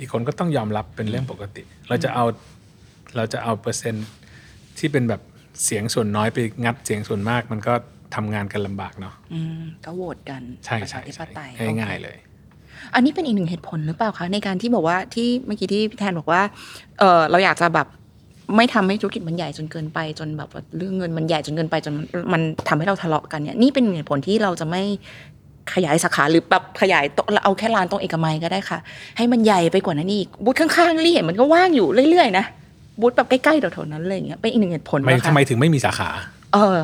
Speaker 5: อีกคนก็ต้องยอมรับเป็นเรื่องปกติ เราจะเอาเราจะเอาเปอร์เซ็นต์ที่เป็นแบบเสียงส่วนน้อยไปงัดเสียงส่วนมาก มันก็ทำงานกันลำบากเนาะ
Speaker 3: อืมก็โหวตกัน
Speaker 5: ใช่
Speaker 3: ประ
Speaker 5: ใช่
Speaker 3: ชาธิป
Speaker 5: ใช่
Speaker 3: ไตย
Speaker 5: ง่ายๆเลย
Speaker 3: อันนี้เป็นอีกหนึ่งเหตุผลหรือเปล่าคะในการที่บอกว่าที่เมื่อกี้ที่พี่แทนบอกว่าเออเราอยากจะแบบไม่ทำให้ธุรกิจมันใหญ่จนเกินไปจนแบบว่าเรื่องเงินมันใหญ่จนเกินไปจนมันมันทำให้เราทะเลาะกันเนี่ยนี่เป็นเหตุผลที่เราจะไม่ขยายสาขาหรือแบบขยายโต๊ะเราเอาแค่ร้านตรงเอกมัยก็ได้ค่ะ ให้มันใหญ่ไปกว่านั้นอีกบูธข้างๆรี่เห็นมันก็ว่างอยู่เรื่อยๆนะบูธแบบใกล้ๆแถวๆนั้นเลยอย่างเงี้ยเป็นอีกหนึ่งเหตุผล
Speaker 5: ไม่
Speaker 3: นะคะ
Speaker 5: ทำไมถึงไม่มีสาขา
Speaker 3: เออ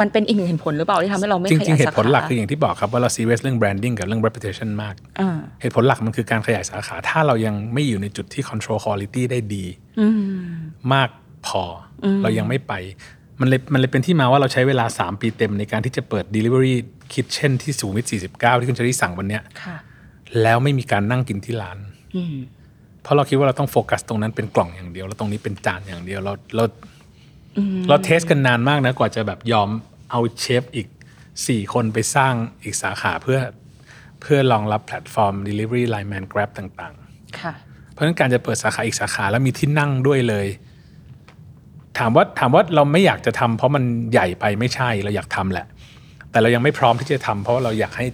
Speaker 3: มันเป็นอีกหนึ่งเหตุผลหรือเปล่าที่ทำให้เราไม่ข
Speaker 5: จริ
Speaker 3: ยาง ย
Speaker 5: ๆ เห
Speaker 3: สา
Speaker 5: ตุผล
Speaker 3: ขา
Speaker 5: หลักคืออย่างที่บอกครับว่าเราซีเรียสเรื่อง branding กับเรื่อง reputation มาก
Speaker 3: อ่า
Speaker 5: เหตุผลหลักมันคือการขยายสาขา ถ้าเรายังไม่อยู่ในจุดที่ control quality ได้ดี
Speaker 3: อืม
Speaker 5: มากพออเรายังไม่ไป มันเลยมันเลยเป็นที่มาว่าเราใช้เวลา 3 ปีเต็มในการที่จะเปิด Delivery Kitchen ที่สูงวิท49 ที่คุณชลิสั่งวันเนี้ย
Speaker 3: ค่ะ
Speaker 5: แล้วไม่มีการนั่งกินที่ร้าน
Speaker 3: อืม
Speaker 5: เพราะเราคิดว่าเราต้องโฟกัสตรงนั้นเป็นกล่องอย่างเดียว แล้วตรงนี้เป็นจานอย่างเดียว เราเราเราเทสกันนานมากนะ กว่าจะแบบยอมเอาเชฟอีก 4 คนไปสร้างอีกสาขาเพื่อเพื่อรองรับแพลตฟอร์ม Delivery Line Man Grab ต่าง ๆ
Speaker 3: ค่ะ
Speaker 5: เพราะฉะนั้นการจะเปิดสาขาอีกสาขาแล้วมีที่นั่งด้วยเลย ถามว่าถามว่าเราไม่อยากจะทำเพราะมันใหญ่ไปไม่ใช่เราอยากทำแหละ แต่เรายังไม่พร้อมที่จะทำเพราะว่าเราอยากให้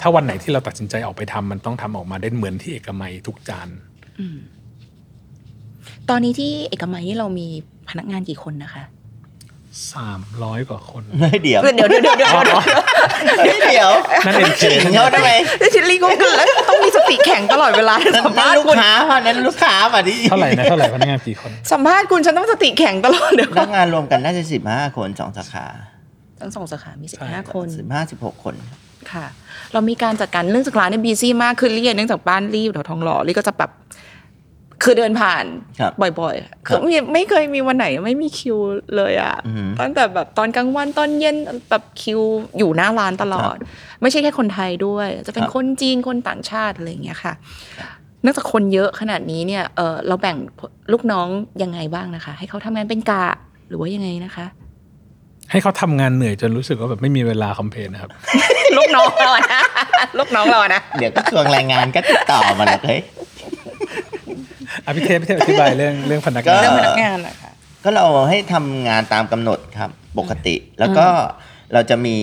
Speaker 5: ถ้าวันไหนที่เราตัดสินใจออกไปทำมันต้องทำออกมาได้เหมือนที่เอกมัยทุกจาน
Speaker 3: ตอนนี้ที่เอกมัยนี่เรามีพนักงานกี่คนนะคะ
Speaker 5: 300 กว่าคน
Speaker 4: เฮ้ยเดี๋ยว
Speaker 3: เดี๋ยวเดี๋ยวเดี๋ยวเดี๋ยว
Speaker 4: เฮ้ยเดี๋ยว
Speaker 5: นั่น เองเชฟ
Speaker 4: ขิงเขาทำไม
Speaker 3: ชิลลี่ก็คือแล้วต้องมีสติแข็งตลอดเวลา
Speaker 4: นั่น
Speaker 3: สัมภา
Speaker 4: นั่
Speaker 3: น ษณ์
Speaker 4: ลูก
Speaker 3: คุณ
Speaker 4: ค้าค่ะนั่นลูกค้าป่ะที่
Speaker 5: เท่าไหร่นะเท่าไหร่พนักงานกี่คน
Speaker 3: สัมภาษณ์คุณฉันต้องสติแข็งตลอดเดี๋ยว
Speaker 4: พนักงานรวมกันน่าจะสิบห้าคนสองสาขา
Speaker 3: ทั้งสองสาขา มีสิบ
Speaker 5: ใช่
Speaker 3: ห้าคน
Speaker 4: สิบห้าสิบหกคน
Speaker 3: ค่ะ เรามีการจัดการเรื่องสาขาเนี่ยบีซี่มากคือลี่อะเนื่องจากบ้านลี่อยู่แถวทองหล่อลี่ก็จะแบบคือเดินผ่าน
Speaker 4: ครับ
Speaker 3: บ่อยๆคือไม่ไม่เคยมีวันไหนไม่มีคิวเลยอะ
Speaker 4: อือหือ
Speaker 3: ตั้งแต่แบบตอนกลางวันตอนเย็นแบบคิวอยู่หน้าร้านตลอด ไม่ใช่แค่คนไทยด้วย จะเป็น
Speaker 4: ครับ
Speaker 3: คนจีนคนต่างชาติอะไรอย่างเงี้ยค่ะเนื่องจากคนเยอะขนาดนี้เนี่ยเออเราแบ่งลูกน้องยังไงบ้างนะคะ ให้เขาทำงานเป็นกะหรือว่ายังไงนะคะ
Speaker 5: ให้เขาทำงานเหนื่อยจนรู้สึกว่าแบบไม่มีเวลาคอมเพลนนะครับ
Speaker 3: ลูกน้องเรานะ ลูกน้องเรานะ
Speaker 4: เดี๋ยวกระทรวงแรงงานก็ติดต่อมาแล้วเฮ้ย
Speaker 5: อภิเทพพี่เทพอธิบายเรื่องเรื่องพนัก
Speaker 4: ก็
Speaker 5: งาน
Speaker 3: เรื่องพนักงานนะคะ
Speaker 4: ก็เราให้ทำงานตามกำหนดครับปกติ แล้วก็เราจะมี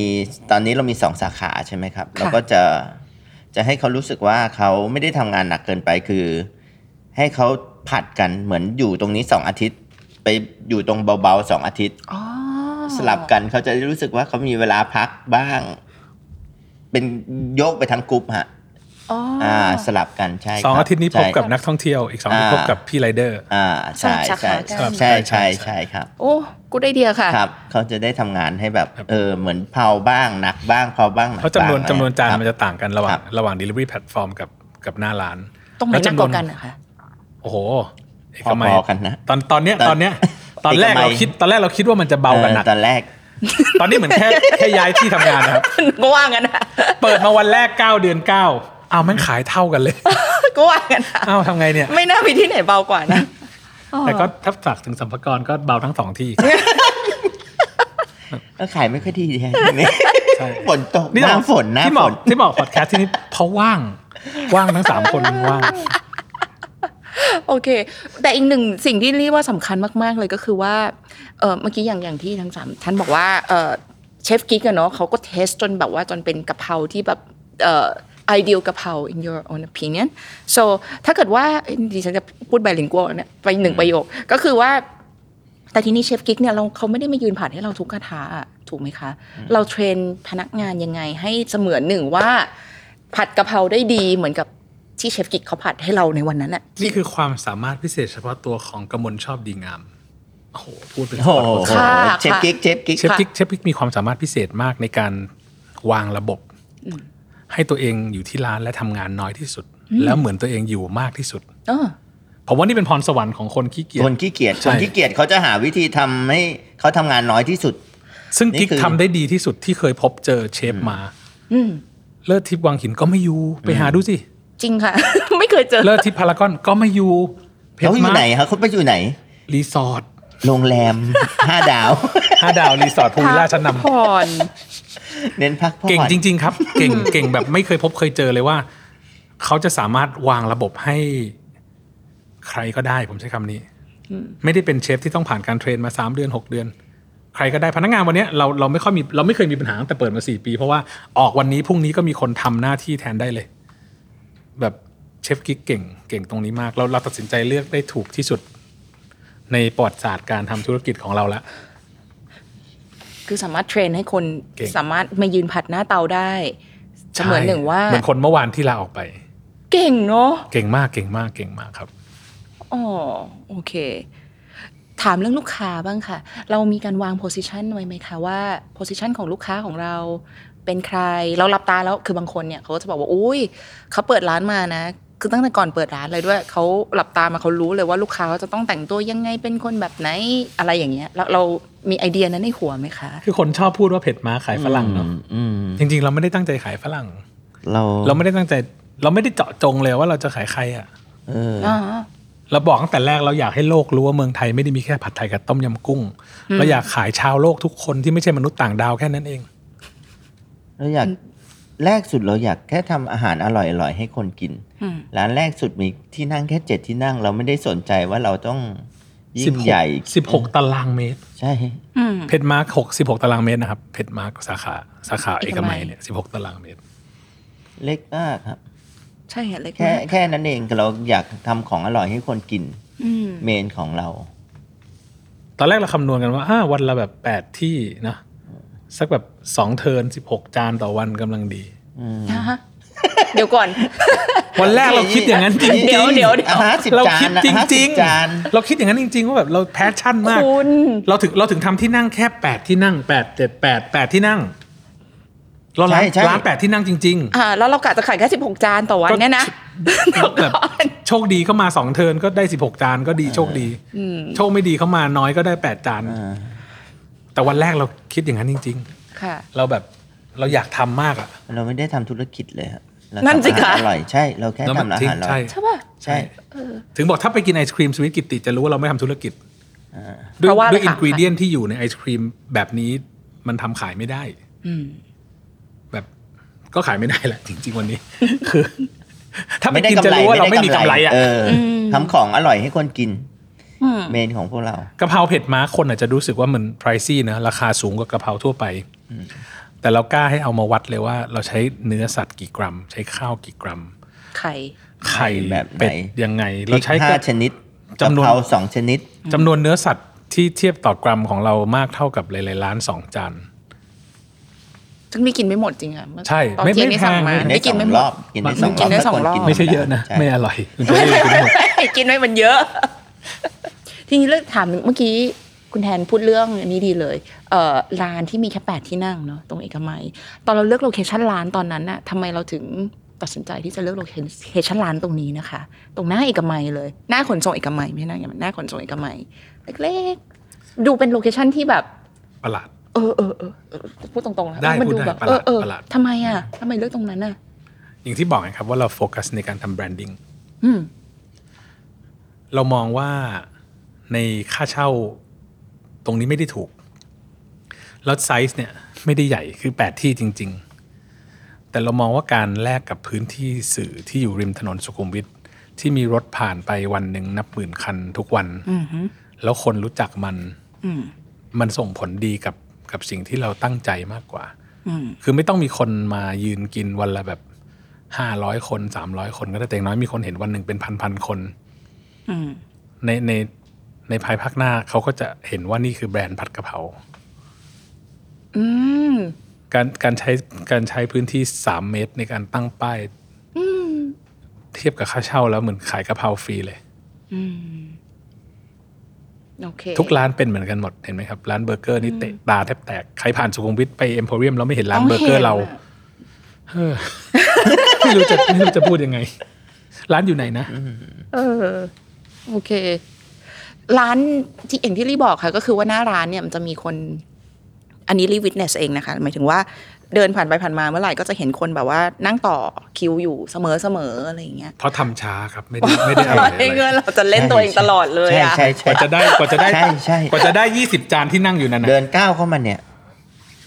Speaker 4: ตอนนี้เรามีสองสาขาใช่ไหมครับ เราก็จะจะให้เขารู้สึกว่าเขาไม่ได้ทำงานหนักเกินไปคือ ให้เขาผัดกันเหมือนอยู่ตรงนี้สองอาทิตย์ ไปอยู่ตรงเบาๆสองอาทิตย์
Speaker 6: อ๋อ
Speaker 4: สลับกันเขาจะได้รู้สึกว่าเขามีเวลาพักบ้าง เป็นโยกไปทั้งกลุ่มฮะ
Speaker 6: อ๋ออ
Speaker 4: อ่า สลับกันใช่ครับ
Speaker 5: สองอาทิตย์นี้พบ
Speaker 4: ใช่
Speaker 5: กับนักท่องเที่ยว อีกสองอาทิตย์พ
Speaker 4: อ่า
Speaker 5: บกับพี่ไรเดอร์
Speaker 4: อ่าใช่
Speaker 6: สลับสาขา
Speaker 4: ใช่ใช่
Speaker 5: กัน
Speaker 4: ใช่ใช่ใช่ครับ
Speaker 3: โอ้กูได้เดียค่ะ
Speaker 4: ครับเขาจะได้ทำงานให้แบบเออเหมือนเผาบ้างหนักบ้างเผาบ้างหนัก
Speaker 5: เพราะจำนวน
Speaker 4: บ้ง
Speaker 5: จำนวนจาน
Speaker 4: ครับ
Speaker 5: มันจะต่างกันระหว่า
Speaker 4: ครั
Speaker 5: ง
Speaker 4: บ
Speaker 5: ระหว่าง delivery platform กับกับหน้าร้าน
Speaker 3: ตรงไหนหนักกว่ากันอะคะ
Speaker 5: โอ้โหเอก
Speaker 4: พ
Speaker 5: มัย
Speaker 4: อๆกันนะ
Speaker 5: ตอนตอนเนี้ย
Speaker 4: ตอน
Speaker 5: ตอนเนี้ยตอนแรก
Speaker 4: เอกมัย
Speaker 5: เราคิดตอนแรกเราคิดว่ามันจะเบากันหนัก
Speaker 4: ออตอนแรก
Speaker 5: ตอนนี้เหมือนแค่แค่ย้ายที่ทำงานนะครับ
Speaker 3: ก็ว่างั้นนะ
Speaker 5: เปิดมาวันแรก 9 เดือน 9 อ้าวแมันขายเท่ากันเลย
Speaker 3: ก็ว่างั้นนะ
Speaker 5: อ้าวทำไงเนี่ย
Speaker 3: ไม่น่ามีที่ไหนเบากว่านะ
Speaker 5: แต่ก็ถ้าฝากถึงสัมภาระก็เบาทั้งสอง ที่
Speaker 4: ก็ขายไม่ค่อยดีแค่นี้
Speaker 5: ใช่
Speaker 4: ฝนตกหน้า
Speaker 5: บอก
Speaker 4: ฝนหน้า
Speaker 5: ที่
Speaker 4: ฝ
Speaker 5: บอก
Speaker 4: น
Speaker 5: ที่บอกพอดแคสต์ที่นี่เพราะว่างว่างทั้งสามคนว่าง
Speaker 3: โอเค แต่อีกหนึ่งสิ่งที่เรียกว่าสำคัญมาก ๆ เลยก็คือว่าเอ่อเมื่อกี้อย่างอย่างที่ทั้งสามท่านบอกว่าเอ่อเชฟกิ๊กอะเนาะเขาก็เทสจนแบบว่าจนเป็นกะเพราที่แบบเอ่อ ideal กะเพรา in your own opinion so ถ้าเกิดว่าเอ้ยดิฉันจะพูดไบลิงกัวเนี่ยไปหนึ่งประโยคก็คือว่า แต่ทีนี้เชฟกิ๊กเนี่ยเราเขาไม่ได้มายืนผ่านให้เราทุกกระทะอะถูกไหมคะ เราเทรนพนักงานยังไงให้เสมือนหนึ่งว่า ผัดกะเพราได้ดีเหมือนกับที่เชฟกิ๊กเขาผัดให้เราในวันนั้นอะ
Speaker 5: นี่คือความสามารถพิเศษเฉพาะตัวของกมลชอบดีงาม โอ้โห พูดเป็น
Speaker 4: โอ้โห
Speaker 3: ค่ะ
Speaker 4: เชฟกิ๊กเชฟกิ๊ก
Speaker 5: เชฟพิกเชฟพิกมีความสามารถพิเศษมากในการวางระบบ ให้ตัวเองอยู่ที่ร้านและทำงานน้อยที่สุด แล้วเหมือนตัวเองอยู่มากที่สุด
Speaker 3: เออ
Speaker 5: ผมว่านี่เป็นพรสวรรค์ของคนขี้เกียจ
Speaker 4: คนขี้เกียจ
Speaker 5: ใช่
Speaker 4: คนขี้เกียจเขาจะหาวิธีทำให้เขาทำงานน้อยที่สุด
Speaker 5: ซึ่ง
Speaker 4: นี่
Speaker 5: กิ๊ก
Speaker 4: คือ
Speaker 5: ทำได้ดีที่สุดที่เคยพบเจอเชฟมาเลิศทิพย์วังหินก็ไม่อยู่ไปหาดูสิ
Speaker 3: จริงค่ะ ไม่เคยเจอ
Speaker 5: เลิศทิพย์พารากอนก็ไม่อยู่เพช
Speaker 4: เขา
Speaker 5: ร
Speaker 4: อยู่
Speaker 5: มา
Speaker 4: ไหนครับเขาไปอยู่ไหน
Speaker 5: รีสอร์ท
Speaker 4: โรงแร ม ห้าดาว
Speaker 5: ห้าดาวรีสอร์ทภูวิลล่าชั้นนำ
Speaker 3: ผ่อน
Speaker 4: เน้นพักผ่อน
Speaker 5: เก่งจริง ๆ ครับ เก่งเก่งแบบไม่เคยพบเคยเจอเลยว่า เขาจะสามารถวางระบบให้ใครก็ได้ผมใช้คำนี้ ไม่ได้เป็นเชฟที่ต้องผ่านการเทรนมาสามเดือนหกเดือน ใครก็ได้พนักงานวันเนี้ยเราเราไม่ค่อยมีเราไม่เคยมีปัญหาตั้งแต่เปิดมาสี่ปี เพราะว่าออกวันนี้พรุ่งนี้ก็มีคนทำหน้าที่แทนได้เลย แบบเชฟกิ๊กเก่งเก่งตรงนี้มาก เราเราตัดสินใจเลือกได้ถูกที่สุด ในประวัติศาสตร์การทำธุรกิจของเราละ
Speaker 3: คือสามารถเทรนให้คน
Speaker 5: เก่ง
Speaker 3: สามารถมายืนผัดหน้าเตาได้เสมือนหนึ่งว่า
Speaker 5: เหมือนคนเมื่อวานที่ลาออกไป
Speaker 3: เก่งเนาะ
Speaker 5: เก่งมากเก่งมากเก่งมากครับ
Speaker 3: อ๋อโอเค ถามเรื่องลูกค้าบ้างค่ะ เรามีการวางโพ i ิชันไว้ไหมคะว่าโพ i ิชันของลูกค้าของเราเป็นใคร เราหลับตาแล้วคือบางคนเนี่ยเขาก็จะบอกว่าอุ้ยเขาเปิดร้านมานะ คือตั้งแต่ก่อนเปิดร้านเลยด้วยเขาหลับตามาเขารู้เลยว่าลูกค้าเขาจะต้องแต่งตัวยังไงเป็นคนแบบไหนอะไรอย่างเงี้ยแล้วเรามีไอเดียนั้นในหัวไหมคะ
Speaker 5: คือคนชอบพูดว่าเผ็ดม้าขายฝรั่งเนาะ
Speaker 4: อืม
Speaker 5: จริง ๆ เราไม่ได้ตั้งใจขายฝรั่ง
Speaker 4: เรา
Speaker 5: เราไม่ได้ตั้งใจ เราไม่ได้เจาะจงเลยว่าเราจะขายใครอะ
Speaker 4: เออ
Speaker 3: อ่า
Speaker 5: เราบอกตั้งแต่แรกเราอยากให้โลกรู้ว่าเมืองไทยไม่ได้มีแค่ผัดไทยกับต้มยำกุ้ง เราอยากขายชาวโลกทุกคนที่ไม่ใช่มนุษย์ต่างดาวแค่นั้นเอง
Speaker 4: เราอยากแรกสุดเราอยากแค่ทำอาหารอร่อยๆ ให้คนกิน ร้านแรกสุดมีที่นั่งแค่เจ็ดที่นั่ง เราไม่ได้สนใจว่าเราต้องยิ่ง
Speaker 5: 16
Speaker 4: ใหญ่
Speaker 5: สิบหกตารางเมตร
Speaker 4: ใช่
Speaker 3: อืม
Speaker 5: เพชรมาร์คหกสิบหกตารางเมตรนะครับ เพชรมาร์คสาขาสาขาเอกมัยเนี่ยสิบหกตารางเมตร
Speaker 4: เล็กมากครับ
Speaker 3: ใช่ค่ะเล็ก
Speaker 4: แค่
Speaker 3: มาก
Speaker 4: แค่นั้นเองเราอยากทำของอร่อยให้คนกิน
Speaker 3: อืม
Speaker 4: เมนของเรา
Speaker 5: ตอนแรกเราคำนวณกันว่าอ่าวันละแบบแปดที่นะสักแบบสองเทิร์นสิบหกจานต่อวันกำลังดี
Speaker 3: นะฮะเดี๋ยวก่อน
Speaker 5: วันแรกเราคิดอย่างนั้นจริงๆ
Speaker 3: เดี๋ยวเดี๋ยวเดี๋ยว
Speaker 4: ห้าสิบ
Speaker 5: เรา
Speaker 4: จาน
Speaker 5: คิดจ
Speaker 4: นะ
Speaker 5: ริง
Speaker 4: 50จาน
Speaker 5: ๆ เราคิดอย่างนั้นจริง ๆ ว่าแบบเราแพชชั่นมาก
Speaker 3: คุณ
Speaker 5: เราถึงเราถึงทำที่นั่งแค่ 8 ที่นั่ง 8 7 8 8 ที่นั่ง เราร้าน
Speaker 4: ใช่ใช่
Speaker 5: ร้านแปดที่นั่งจริง ๆ
Speaker 3: อ่า แล้วเรากะจะขายแค่สิบหกจานต่อวันเนี่ยนะเดี๋ยว
Speaker 5: แบบ
Speaker 3: ก่อน
Speaker 5: โชคดีเข้ามาสองเทิร์นก็ได้สิบหกจานก็ดีโชคดี โชคไม่ดีเข้ามาน้อยก็ได้แปดจาน
Speaker 4: อ่า
Speaker 5: แต่วันแรกเราคิดอย่างนั้นจริง
Speaker 3: ค่ะ
Speaker 5: ๆ เราแบบเราอยากทำมากอะ
Speaker 4: เราไม่ได้ทำธุรกิจเลยฮะเรา
Speaker 3: นั่นสิ
Speaker 4: ทำอาหาร
Speaker 3: คะ
Speaker 4: อร่อยใช่เราแค่
Speaker 5: แล้ว
Speaker 4: ทำ
Speaker 5: มัน
Speaker 4: อา
Speaker 5: จริง
Speaker 4: หารอร่
Speaker 5: ใช่
Speaker 4: อย
Speaker 3: ใช่ป่ะ
Speaker 4: ใช่
Speaker 5: ถึงบอกถ้าไปกินไอศครีมสวิตกิตติจะรู้ว่าเราไม่ทำธุรกิจด้
Speaker 3: เพ
Speaker 5: วย
Speaker 3: ราะว่า
Speaker 5: ด้วย
Speaker 3: อะไร
Speaker 5: อิ
Speaker 3: คะ
Speaker 5: นกิเดียนที่อยู่ในไอศครีมแบบนี้มันทำขายไม่ได้
Speaker 3: อืม
Speaker 5: แบบก็ขายไม่ได้แหละ จริง ๆวันนี้ คือ ถ้าไป
Speaker 4: ไม่ได้
Speaker 5: กิน
Speaker 4: กำ
Speaker 5: จะ
Speaker 4: ไร
Speaker 5: รู้ว่าเราไม่มีกำไรอ่ะ
Speaker 4: เอออ
Speaker 3: ม
Speaker 4: ทำของอร่อยให้คนกิน
Speaker 3: อืม
Speaker 4: เมนของพวกเรา
Speaker 5: กะเพราเผ็ดม้าคนอาจจะรู้สึกว่ามัน pricey นะราคาสูงกว่ากะเพราทั่วไป แต่เรากล้าให้เอามาวัดเลยว่า เราใช้เนื้อสัตว์กี่กรัม ใช้ข้าวกี่กรัม
Speaker 3: ไข่
Speaker 5: ไข่
Speaker 4: แบบไหน
Speaker 5: เป็ดยังไง
Speaker 4: พริ
Speaker 5: เรา
Speaker 4: ก
Speaker 5: ใช้
Speaker 4: ห้า
Speaker 5: กับ
Speaker 4: ชนิดกะ
Speaker 5: จำนวน
Speaker 4: เพราสองชนิด
Speaker 5: จำนวนเนื้อสัตว์ที่เทียบต่อกรัมของเรามากเท่ากับหลายๆร้านสองจาน
Speaker 3: ซึ่งนี่กินไม่หมดจริงอะ
Speaker 5: ใช่
Speaker 3: ตอน
Speaker 5: ไม่
Speaker 3: เที่ยง
Speaker 5: ไม่
Speaker 3: นี่สั่งมา
Speaker 5: แพง
Speaker 4: กินได้
Speaker 3: ไม่
Speaker 4: ส
Speaker 3: กิ
Speaker 4: อน ง
Speaker 3: ไม่หมด
Speaker 4: รอบ กินได้สองรอบ
Speaker 3: กินได้สองรอบ
Speaker 4: แล้วค
Speaker 5: ไม่ใช่เยอะนะ
Speaker 4: ใช่
Speaker 5: ไม่อร่อยคุณจะได้กินหมด
Speaker 3: กินไม่มันเยอะ ทีนี้เลือกถามเมื่อกี้คุณแทนพูดเรื่องอันนี้ดีเลยเอ่อร้านที่มีแค่แปดที่นั่งเนาะตรงเอกมัย ตอนเราเลือกโลเคชันร้านตอนนั้นน่ะทำไมเราถึงตัดสินใจที่จะเลือกโลเคชันร้านตรงนี้นะคะ ตรงหน้าเอกมัยเลย หน้าขนส่งเอกมัยไม่ใช่หน้าเอกมัยหน้าขนส่งเอกมัยเล็กๆดูเป็นโลเคชันที่แบบ
Speaker 5: ประหลาด
Speaker 3: เออเออเออเออพูดตรงๆนะ
Speaker 5: ได้
Speaker 3: มั
Speaker 5: พูด
Speaker 3: ดู
Speaker 5: ได้
Speaker 3: แบบ
Speaker 5: ประห
Speaker 3: เอ
Speaker 5: ลา
Speaker 3: อ
Speaker 5: ด
Speaker 3: เออ
Speaker 5: ประหลาด
Speaker 3: ทำไมอ่ะทำไมเลือกตรงนั้นอ่ะ
Speaker 5: อย่างที่บอกไงครับว่าเราโฟกัสในการทำแบรนดิ้ง
Speaker 3: อืม
Speaker 5: เรามองว่าในค่าเช่าตรงนี้ไม่ได้ถูก แล้วไซส์เนี่ยไม่ได้ใหญ่คือ 8 ที่จริง ๆ แต่เรามองว่าการแลกกับพื้นที่สื่อที่อยู่ริมถนนสุขุมวิทที่มีรถผ่านไปวันหนึ่งนับหมื่นคันทุกวัน แล้วคนรู้จักมัน มันส่งผลดีกับกับสิ่งที่เราตั้งใจมากกว่า คือไม่ต้องมีคนมายืนกินวันละแบบห้าร้อยคนสามร้อยคนก็ได้แต่อย่างน้อยมีคนเห็นวันหนึ่งเป็นพันพันๆคน ในในในภายภาคหน้าเขาก็จะเห็นว่านี่คือแบรนด์ผัดกะเพรา
Speaker 3: อืม
Speaker 5: การการใช้การใช้พื้นที่สามเมตรในการตั้งป้ายเทียบกับค่าเช่าแล้วเหมือนขายกะเพราฟรีเลย
Speaker 3: อืม โอเค
Speaker 5: ทุกร้านเป็นเหมือนกันหมดเห็นไหมครับ ร้านเบอร์เกอร์นี่เตะตาแทบแตก ใครผ่านสุขุมวิทไปเอ็มโพเรียมแล้วไม่เห็นร้านเบอร์เกอร์เราเฮ้อ ไม่รู้จะไม่รู้จะพูดยังไง ร้านอยู่ไหนนะ
Speaker 3: เออ โอเค ร้านที่อย่างที่รีบอกค่ะ ก็คือว่าหน้าร้านเนี่ยมันจะมีคน อันนี้รีวิทเนสเองนะคะ หมายถึงว่าเดินผ่านไปผ่านมาเมื่อไหร่ก็จะเห็นคนแบบว่านั่งต่อคิวอยู่เสมอเสมอๆอะไรอย่างเงี้ย
Speaker 5: เพราะทำช้าครับไม่ได้ไม่ได้อะไร
Speaker 3: ไอ้
Speaker 5: เล
Speaker 3: เงิน
Speaker 5: ย
Speaker 3: เราจะเล่นตัวเองตลอดเลย
Speaker 4: ใช่
Speaker 3: อะ
Speaker 4: ใช่
Speaker 5: ก
Speaker 4: ใช่
Speaker 5: ว่าจะได้กว่าจะได้
Speaker 4: ใช่ใช่
Speaker 5: กว่าจะได้ยี่สิบจานที่นั่งอยู่นั่นนะ
Speaker 4: เดินก้าวเข้ามาเนี่ย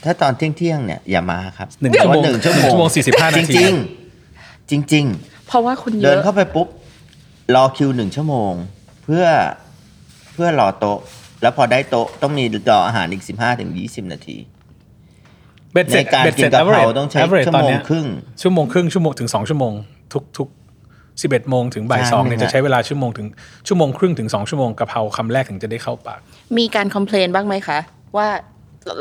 Speaker 4: ถ้าตอนเที่ยงเที่ยงๆเนี่ยอย่ามาครับ
Speaker 5: หนึ่งชั่วโมง
Speaker 4: เพราะหนึ่งชั่วโม
Speaker 5: หนึ่งชั่วโม
Speaker 4: ง
Speaker 5: งสี่สิบห้านาที
Speaker 4: จริงๆจริง ๆ
Speaker 3: เพราะว่าคนเย
Speaker 4: เดิน
Speaker 3: อะ
Speaker 4: เข้าไปปุ๊บ รอคิวหนึ่งชั่วโมง เพื่อเพื่อรอโต๊ะ แล้วพอได้โต๊ะต้องมีรออาหารอีกสิบห้าถึงยี่สิบนาที
Speaker 5: เบ็ดเสร็จ
Speaker 4: ในการ
Speaker 5: บ็ดสจ
Speaker 4: กินกะเพรา
Speaker 5: average
Speaker 4: ต้องใช้
Speaker 5: average
Speaker 4: ชั่วโมง
Speaker 5: ตอนเนี้ย
Speaker 4: ครึ่ง
Speaker 5: ชั่วโมงครึ่งชั่วโมงถึงสองชั่วโมง ทุกทุกสิบเอ็ดโมงถึงบ่าย
Speaker 4: ใช่
Speaker 5: สองเนี่ย
Speaker 4: ไหมฮะ
Speaker 5: จะใช้เวลาชั่วโมงถึงชั่วโมงครึ่งถึงสองชั่วโมงกะเพราคำแรกถึงจะได้เข้าปาก
Speaker 3: มีการคอมเพลนบ้างไหมคะ ว่า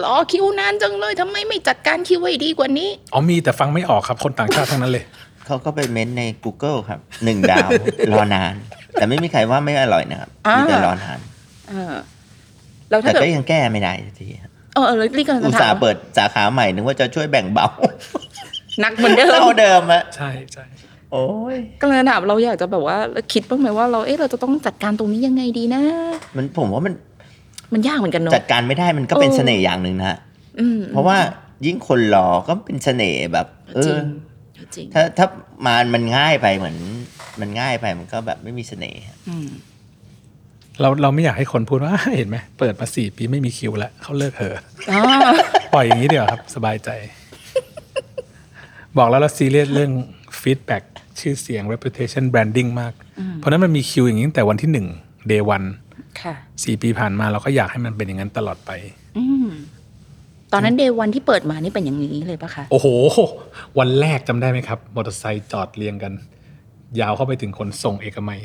Speaker 3: รอคิวนานจังเลยทำไมไม่จัดการคิวไว้ดีกว่านี้
Speaker 5: อ๋อมีแต่ฟังไม่ออกครับคนต่างชาติทั้งนั้นเลย
Speaker 4: เขาก็ไปเม้นใน Google ครับหนึ่งดาว รอนาน แต่ไม่มีใครว่าไม่อร่อยนะครับ
Speaker 3: อ่ามี
Speaker 4: มีแต่รอนาน
Speaker 3: เออแล้ว
Speaker 4: แต่
Speaker 3: ถ้าเกิด
Speaker 4: ก็ยังแก้ไม่ได้สักที ครับ
Speaker 3: เออเออแล้วนี่กำลัง
Speaker 4: อุ
Speaker 3: จะ
Speaker 4: ต
Speaker 3: ถา
Speaker 4: ส่าม ห์เปิดสาขาใหม่นึกว่าจะช่วยแบ่งเบา
Speaker 3: นักเหมือนเดิม
Speaker 4: เท่าเดิมอะ
Speaker 5: ใช่ใช่
Speaker 4: โอ้ย
Speaker 3: กำลังจะถามเราอยากจะแบบว่าคิดบ้างไหมว่าเราเอ๊ะเราจะต้องจัดการตรงนี้ยังไงดีนะ
Speaker 4: มันผมว่ามัน
Speaker 3: มันยากเหมือนกันเนอะ
Speaker 4: จัดการไม่ได้มันก็เป็น
Speaker 3: เออ
Speaker 4: เสน่ห์อย่างหนึ่งนะฮะ
Speaker 3: อืม
Speaker 4: เพราะว่ายิ่งคนรอก็เป็นเสน่ห์แบบ เอ
Speaker 3: จริ
Speaker 4: อ
Speaker 3: งจริง
Speaker 4: ถ้าถ้ามันมันง่ายไปเหมือนมันง่ายไปมันก็แบบไม่มีเสน่ห์ครับ
Speaker 5: เราเราไม่อยากให้คนพูดว่า เห็นไหมเปิดมาสี่ปีไม่มีคิวแล้วเขาเลิกเหอะ
Speaker 3: อ๋อ
Speaker 5: ปล่อยอย่างนี้เดียวาครับ สบายใจ บอกแล้วเราซีเรียสเรื่องฟีดแบ็ชื่อเสียง reputation branding มาก เพราะฉะนั้นมันมีคิวอย่างนี้ตั้งแต่วันที่หนึ่ง day one
Speaker 3: ค่ะ
Speaker 5: สี่ปีผ่านมาเราก็อยากให้มันเป็นอย่างนั้นตลอดไป
Speaker 3: อืมตอนนั้นเดวันที่เปิดมานี่เป็นอย่างนี้เลยปะคะ
Speaker 5: โอ้โห วันแรกจำได้ไหมครับ มอเตอร์ไซค์จอดเรียงกัน ยาวเข้าไปถึงคนส่งเอกมัย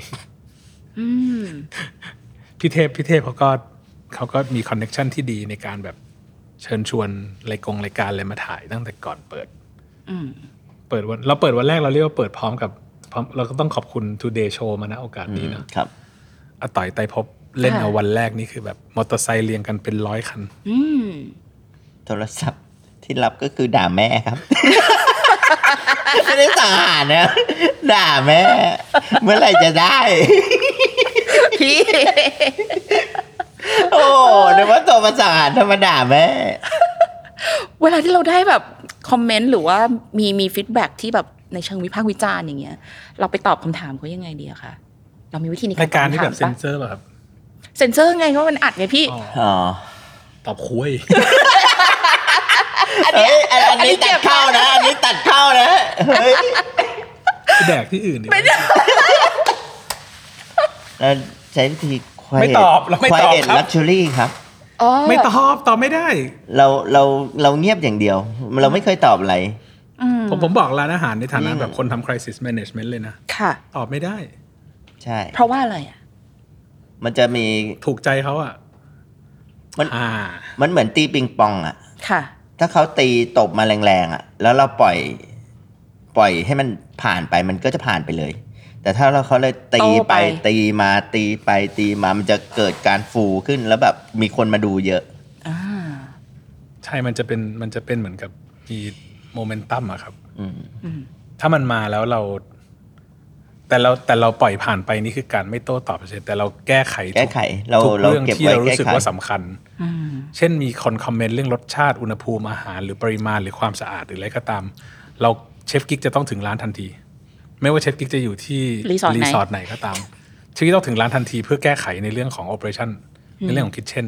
Speaker 3: อืม
Speaker 5: พี่เทพพี่เทพเขาก็เขาก็มีคอนเน็ชันที่ดีในการแบบเชิญชวนรายกงรายการอะไรมาถ่ายตั้งแต่ก่อนเปิด
Speaker 3: อืม
Speaker 5: เปิดวันเราเปิดวันแรกเราเรียกว่าเปิดพร้อมกับพร้อมเราก็ต้องขอบคุณ Today Show มานะโอกาสนี้นะครับ อาต่อยไตรภพบเล่น
Speaker 3: ค่ะ
Speaker 5: เอาวันแรกนี่คือแบบมอเตอร์ไซค์เรียงกันเป็นร้อยคัน
Speaker 3: อืม
Speaker 4: โทรศัพท์ที่รับก็คือด่าแม่ครับ ไม่ได้สงหารนะด่าแม่ เมื่อไหร่จะได้
Speaker 3: พี่
Speaker 4: โอ้นึกว่าตัวประสานธรรมดาแม่
Speaker 3: เวลาที่เราได้แบบคอมเมนต์หรือว่ามีมีฟีดแบ็ที่แบบในเชิงวิพากษ์วิจารณ์อย่างเงี้ย เราไปตอบคำถามเขายังไงดีอะคะเรามีวิธีในการ
Speaker 5: รายการที่แบบ
Speaker 3: ต
Speaker 5: เซ็
Speaker 3: อน คำถามปะ
Speaker 5: เซอร์ป่ะครับ
Speaker 3: เซ็นเซอร์ไงเพราะมันอัดไงพี่
Speaker 5: อ๋อ
Speaker 4: อ๋อ
Speaker 5: ตอบคุ ย
Speaker 4: เฮ้ยอันอันนี้ตัดเข้านะ อันนี้ตัดเข้านะเฮ้ย
Speaker 5: ไปแดกที่อื่นดีกว่า
Speaker 4: แล้วใช้วิธีค
Speaker 5: ไม่ตอบเราไม่ตอบ
Speaker 4: เอ็ด
Speaker 5: ครับ
Speaker 4: ลักชัวรี่ครับ
Speaker 3: อ๋อ
Speaker 5: ไม่ตอบตอบไม่ได้
Speaker 4: เราเราเราเงียบอย่างเดียว เราไม่เคยตอบอะไร
Speaker 5: ผมผมบอกร้านอาหารในฐานะ
Speaker 4: อืม
Speaker 5: แบบคนทำ crisis management เลยนะ
Speaker 3: ค่ะ
Speaker 5: ตอบไม่ได้
Speaker 4: ใช่
Speaker 3: เพราะว่าอะไรอ่ะ
Speaker 4: มันจะมี
Speaker 5: ถูกใจเขาอ่ะ
Speaker 4: มัน
Speaker 5: อ่า
Speaker 4: มันเหมือนตีปิงปองอ่ะ
Speaker 3: ค่ะ
Speaker 4: ถ้าเขาตีตบมาแรงๆอ่ะ แล้วเราปล่อย ปล่อยให้มันผ่านไปมันก็จะผ่านไปเลย แต่ถ้าเราเขาเลยตี
Speaker 3: โต
Speaker 4: ไป
Speaker 3: ไป
Speaker 4: ตีมาตีไปตีมามันจะเกิดการฟูขึ้นแล้วแบบมีคนมาดูเยอะ
Speaker 3: อ่า
Speaker 5: ใช่มันจะเป็นมันจะเป็นเหมือนกับมีโมเมนตัมอะครับ
Speaker 4: อืม
Speaker 5: ถ้ามันมาแล้วเรา แต่เราแต่เราปล่อยผ่านไปนี่คือการไม่โต้ตอบเฉยแต่เราแก้ไขทุ
Speaker 4: แก้ไขเรา
Speaker 5: ทุก
Speaker 4: เรา
Speaker 5: เรื่อง
Speaker 4: เก็บ
Speaker 5: ที่
Speaker 4: ไว้
Speaker 5: เรารู้สึก
Speaker 4: แก้ไข
Speaker 5: ว่าสำคัญ เช่นมีคนคอมเมนต์เรื่องรสชาติอุณหภูมิอาหารหรือปริมาณหรือความสะอาดหรืออะไรก็ตาม เราเชฟกิ๊กจะต้องถึงร้านทันที ไม่ว่าเชฟกิ๊กจะอยู่ที่
Speaker 3: รีสอร์ทไหน
Speaker 5: ไหนก็ตามเชฟกิ๊กต้องถึงร้านทันทีเพื่อแก้ไขในเรื่องของโอ e r a t i o n ในเรื่องของคิทเช่น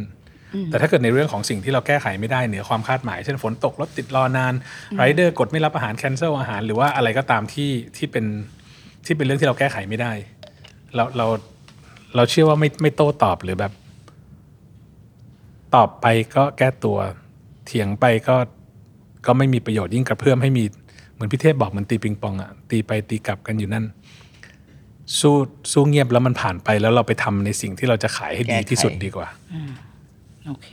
Speaker 5: แต่ถ้าเกิดในเรื่องของสิ่งที่เราแก้ไขไม่ได้เหนือความคาดหมาย เช่นฝนตกรถติดรอนานไรเดอร์กดไม่รับอาหารแคนเซิลอาหาร หรือว่าอะไรก็ตามที่ที่เป็นที่เป็นเรื่องที่เราแก้ไขไม่ได้ เราเราเราเชื่อว่าไม่ไม่โต้ตอบหรือแบบ ตอบไปก็แก้ตัวเถียงไปก็ก็ไม่มีประโยชน์ยิ่งกระเพื่อมให้มีเหมือนพี่เทพบอกเหมือนตีปิงปองอะตีไปตีกลับกันอยู่นั่น สู้สู้เงียบแล้วมันผ่านไปแล้วเราไปทำในสิ่งที่เราจะขายให้ดีที่สุด
Speaker 4: แก้ไข
Speaker 5: ดีกว่า
Speaker 3: โอเค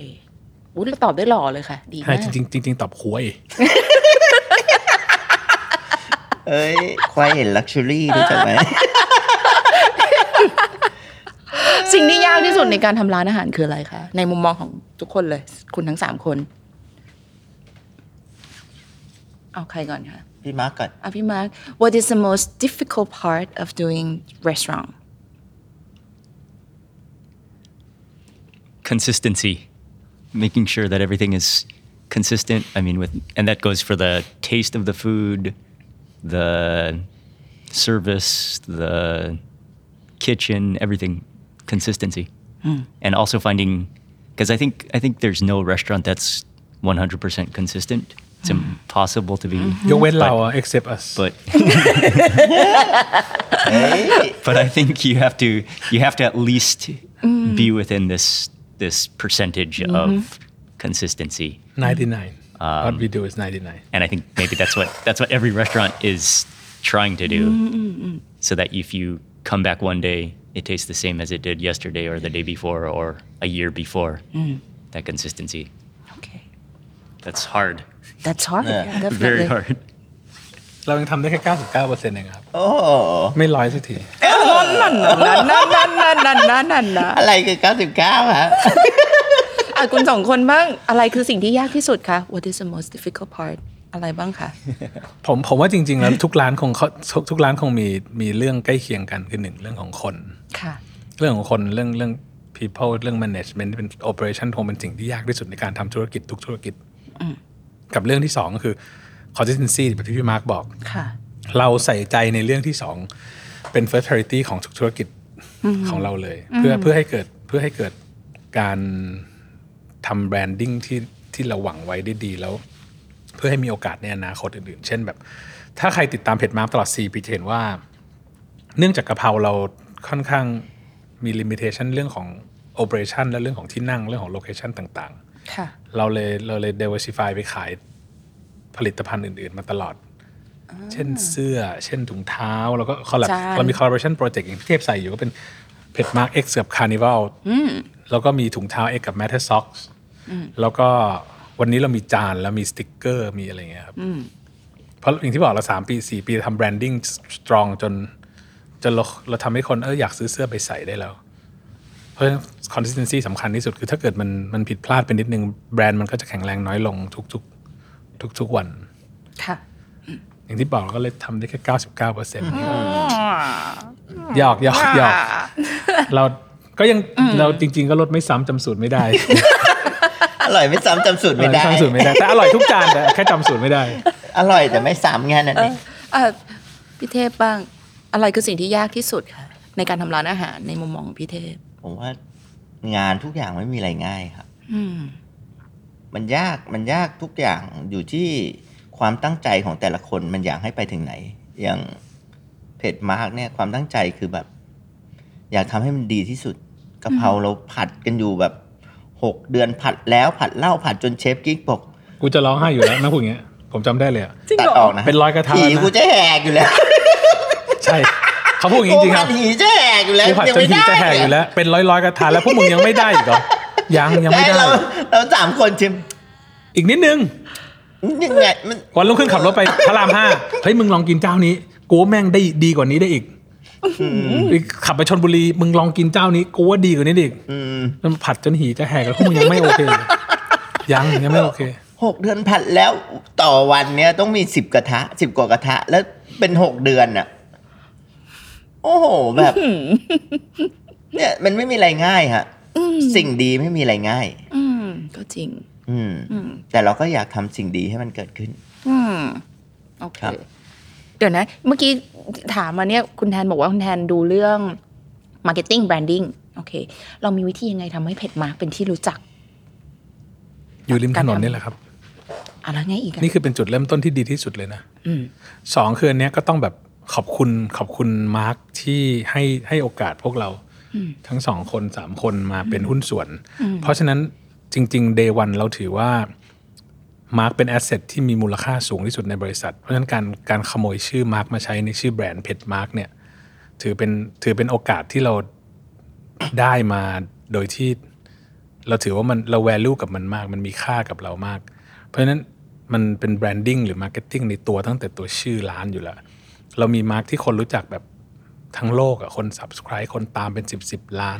Speaker 3: อุ้ยเราตอบได้หล่อเลยค่ะ ดี
Speaker 5: ใช่
Speaker 3: มาก
Speaker 5: จริงๆจริงๆตอบหวย
Speaker 4: เอ้ยควายเห็นลักชัวรี่รู้จักไหม
Speaker 3: สิ่งที่ยากที่สุดในการทำร้านอาหารคืออะไรคะ ในมุมมองของทุกคนเลย คุณทั้งสามคน เอาใครก่อนคะ
Speaker 4: พี่มาร์กก่อน
Speaker 3: อ่ะพี่มาร์ค What is the most difficult part of doing restaurant
Speaker 7: Consistency, making sure that everything is consistent. I mean, with and that goes for the taste of the food, the service, the kitchen, everything. Consistency, and also finding because I think I think there's no restaurant that's 100% consistent. It's impossible to be.
Speaker 5: ยกเว้นเราอะ except us
Speaker 7: but but I think you have to you have to at least be within this this percentage of consistency,
Speaker 5: 99 what we do is 99
Speaker 7: and I think maybe that's what that's what every restaurant is trying to do, so that if you come back one day, it tastes the same as it did yesterday or the day before or a year before. That consistency
Speaker 3: Okay
Speaker 7: that's hard,
Speaker 3: That's hard
Speaker 4: Yeah.
Speaker 3: yeah, definitely.
Speaker 7: very hard.
Speaker 5: เรายังทำได้แค่99%เองครับ
Speaker 4: โอ้
Speaker 5: ไม่ร้อยสักที
Speaker 3: นั่นนั่นนั่นนั่นนั่นนั่นนั่นนะ
Speaker 4: อะไรคือ 99ฮะ
Speaker 3: อ่ะคุณสองคนบ้าง อะไรคือสิ่งที่ยากที่สุดคะ What is the most difficult part อะไรบ้างคะ
Speaker 5: ผมผมว่าจริง ๆ แล้วทุกร้านคงเขาทุกทุกร้านคงมีมีเรื่องใกล้เคียงกันคือหนึ่งเรื่องของคน
Speaker 3: ค่ะ
Speaker 5: เรื่องของคนเรื่องเรื่อง people เรื่อง management เป็น operation คงเป็นสิ่งที่ยากที่สุดในการทำธุรกิจทุกธุรกิจ กับเรื่องที่สองก็คือ consistency แบบที่พี่มาร์กบอก
Speaker 3: ค่ะ
Speaker 5: เราใส่ใจในเรื่องที่สองเป็น first priority ของทุกธุรกิจของเราเลย เพื่อเพื่อให้เกิดเพื่อให้เกิดการทำแบรนดิ้งที่ที่เราหวังไว้ได้ดีแล้ว เพื่อให้มีโอกาสในอนาคตอื่นๆ เช่นแบบ ถ้าใครติดตามเพจมาร์คตลอด 4 ปีจะเห็นว่า เนื่องจากกะเพราเราค่อนข้างมีลิมิเ t ชันเรื่องของ operation และเรื่องของที่นั่งเรื่องของ location ต่างๆ
Speaker 3: ค่ะ
Speaker 5: เราเลยเราเลย diversify ไปขายผลิตภัณฑ์อื่น ๆ มาตลอด เช่นเสื้อ เช่นถุงเท้า แล้วก็คอลแลบ
Speaker 3: จาน
Speaker 5: เรามี collaboration project อย่างที่เทพใส่อยู่ก็เป็นเพจมาร์กเอ็กซ์กับคาร์นิวัลแล้วก็มีถุงเท้าเอ็กกับแมทเทอร์ซ็อกซ์แล้วก็วันนี้เรามีจานแล้วมีสติกเกอร์มีอะไรอย่างเงี้ยครับเพราะอย่างที่บอกเราสามปีสี่ปีทำแบรนดิ้งสตรองจน จนเราเราทำให้คนเอออยากซื้อเสื้อไปใส่ได้แล้ว เพราะฉะนั้น consistency สำคัญที่สุดคือถ้าเกิดมันมันผิดพลาดไปนิดนึง แบรนด์มันก็จะแข็งแรงน้อยลงทุกๆ ทุก ๆ วัน
Speaker 3: ค่ะ
Speaker 5: อย่างที่บอกเราก็เลยทำได้แค่ 99เปอร์เซ็นต์หยอกหยอกหยอกเราก็ยังเราจริง ๆ ก็ลดไม่ซ้ำจำสูตรไม่ได้
Speaker 4: อร่อยไม่ซ้ำจำสูตรไม่ได้
Speaker 5: จำสูตรไม่ได้ แต่อร่อยทุกจานแต่แค่จำสูตรไม่ได้
Speaker 4: อร่อยแต่ไม่ซ้ำแค่นั้นเอง
Speaker 3: อ่ะพี่เทพบ้าง อะไรคือสิ่งที่ยากที่สุดคะในการทำร้านอาหารในมุมมองของพี่เทพ
Speaker 4: ผมว่างานทุกอย่างไม่มีอะไรง่ายครับ
Speaker 3: อืม
Speaker 4: มันยากมันยากทุกอย่างอยู่ที่ความตั้งใจของแต่ละคนมันอยากให้ไปถึงไหน อย่างเพจมาร์กเนี่ยความตั้งใจคือแบบ อยากทำให้มันดีที่สุด กะเพราเราผัดกันอยู่แบบหกเดือนผัดแล้วผัดเล่าผัดจนเชฟกิ๊กบอก
Speaker 5: กูจะร้องไห้อยู่แล้วแม่พูดอย่างเงี้ยผมจำได้เลยอะ
Speaker 4: ตัดออกนะ
Speaker 5: เป็นรอยกระทะ
Speaker 4: ผี
Speaker 5: นะ
Speaker 4: กูจะแหกอยู่แล้ว
Speaker 5: ใช่เขาพูดอย่างนี้จริงๆค
Speaker 4: ผั
Speaker 5: รั
Speaker 4: ด
Speaker 5: บ
Speaker 4: ผีจะแหกอยู่แล้ว
Speaker 5: กูผัด
Speaker 4: ยัง
Speaker 5: จน
Speaker 4: ไม่
Speaker 5: หี
Speaker 4: ได้
Speaker 5: จะแหกอยู่แล้ว เป็นร้อยร้อยๆกระทะแล้วพวกมึงยังไม่ได้อีกเหรอยังยังไม่
Speaker 4: แต่
Speaker 5: ได้
Speaker 4: เราเราสามคนชิม
Speaker 5: อีกนิดนึง
Speaker 4: ยังไงมัน
Speaker 5: วันรุ่งขึ้นขับรถไป พระรามห้าเฮ้ยมึงลองกินเจ้านี้กูว่าแม่งได้ดีกว่านี้ได้อีกขับไปชนบุรีมึงลองกินเจ้านี้กูว่าดีกว่านี้ได้อีก
Speaker 4: อืม
Speaker 5: มันผัดจนหีจะแหกแล้วพวกมึงยังไม่โอเคเลยยังยังไม่โอเค
Speaker 4: หกเดือนผัดแล้วต่อวันเนี้ยต้องมีสิบกระทะสิบกว่ากระทะ แล้วเป็นหกเดือนอะโอ้โหแบบ เนี่ยมันไม่มีอะไรง่ายฮะสิ่งดีไม่มีอะไรง่าย
Speaker 3: อืม ก็จริง
Speaker 4: อืม
Speaker 3: อืม
Speaker 4: แต่เราก็อยากทำสิ่งดีให้มันเกิดขึ้น
Speaker 3: อืม โอเค
Speaker 4: ครับ
Speaker 3: เดี๋ยวนะ เมื่อกี้ถามมาเนี่ยคุณแทนบอกว่าคุณแทนดูเรื่อง marketing branding โอเค เรามีวิธียังไงทำให้เพจมาร์กเป็นที่รู้จัก
Speaker 5: อยู่ริมถนนนี่แหละครับ
Speaker 3: อะไรไงอีกอะ
Speaker 5: นี่คือเป็นจุดเริ่มต้นที่ดีที่สุดเลยนะ
Speaker 3: อืม
Speaker 5: สองคืออันเนี้ยก็ต้องแบบขอบคุณขอบคุณมาร์คที่ให้ให้โอกาสพวกเรา ทั้งสองคนสามคนมาเป็นหุ้นส่วน เพราะฉะนั้นจริงๆ day one เราถือว่า มาร์กเป็นแอสเซทที่มีมูลค่าสูงที่สุดในบริษัท เพราะฉะนั้นการการขโมยชื่อมาร์กมาใช้ในชื่อแบรนด์เพชรมาร์กเนี่ยถือเป็นถือเป็นโอกาสที่เราได้มาโดยที่ เราถือว่ามันเราแวลูกับมันมาก มันมีค่ากับเรามาก เพราะฉะนั้นมันเป็นแบรนดิ้งหรือมาร์เก็ตติ้งในตัวตั้งแต่ตัวชื่อร้านอยู่แล้ว เรามีมาร์กที่คนรู้จักแบบทั้งโลกอะคน subscribe คนตามเป็น 10บสล้าน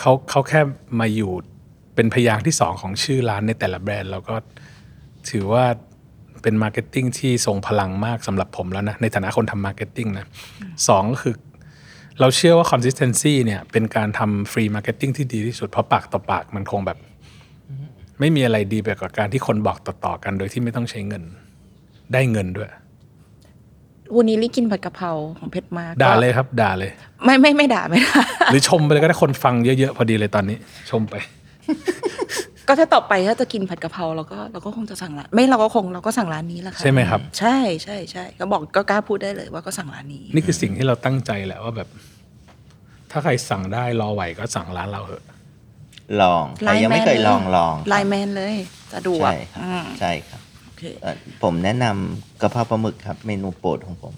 Speaker 5: เขาเขาแค่มาอยู่เป็นพยางค์ที่สองของชื่อร้านในแต่ละแบรนด์เราก็ถือว่าเป็นมาร์เก็ตติ้งที่ทรงพลังมากสำหรับผมแล้วนะ ในฐานะคนทำมาร์เก็ตติ้งนะสองก็คือ เราเชื่อว่า consistency เนี่ยเป็นการทำ free marketing ที่ดีที่สุด เพราะปากต่อปากมันคงแบบ ไม่มีอะไรดีไปกว่าการที่คนบอกต่อๆกันโดยที่ไม่ต้องใช้เงิน ได้เงินด้วย
Speaker 3: วันนี้ลี่กินผัดกะเพราของเพชรมาร์ก
Speaker 5: ด่าเลยครับ ด่าเลย
Speaker 3: ไม่ไม่ไม่ด่าไม่ด่า
Speaker 5: หรือชมไปเลยก็ได้คนฟังเยอะๆ พอดีเลยตอนนี้ ชมไป
Speaker 3: ก็ถ้าต่อไปถ้าจะกินผัดกะเพราเราก็เราก็คงจะสั่งร้านไม่เราก็คงเราก็สั่งร้านนี้แหละค่ะ
Speaker 5: ใช่ไหมครับ
Speaker 3: ใช่ใช่ใช่ก็บอกก็กล้าพูดได้เลยว่าก็สั่งร้านนี้
Speaker 5: นี่คือสิ่งที่เราตั้งใจแหละว่าแบบ ถ้าใครสั่งได้รอไหวก็สั่งร้านเราเหอะ
Speaker 4: ลองใครยังไม่เคยลองลอง
Speaker 3: ไลน์แมนเลยสะดวก
Speaker 4: ใช่ครับ
Speaker 3: อืม
Speaker 4: ใช่ครับ
Speaker 3: โอเค
Speaker 4: เอ่อผมแนะนำกะเพราปลาหมึกครับ เมนูโปรดของผม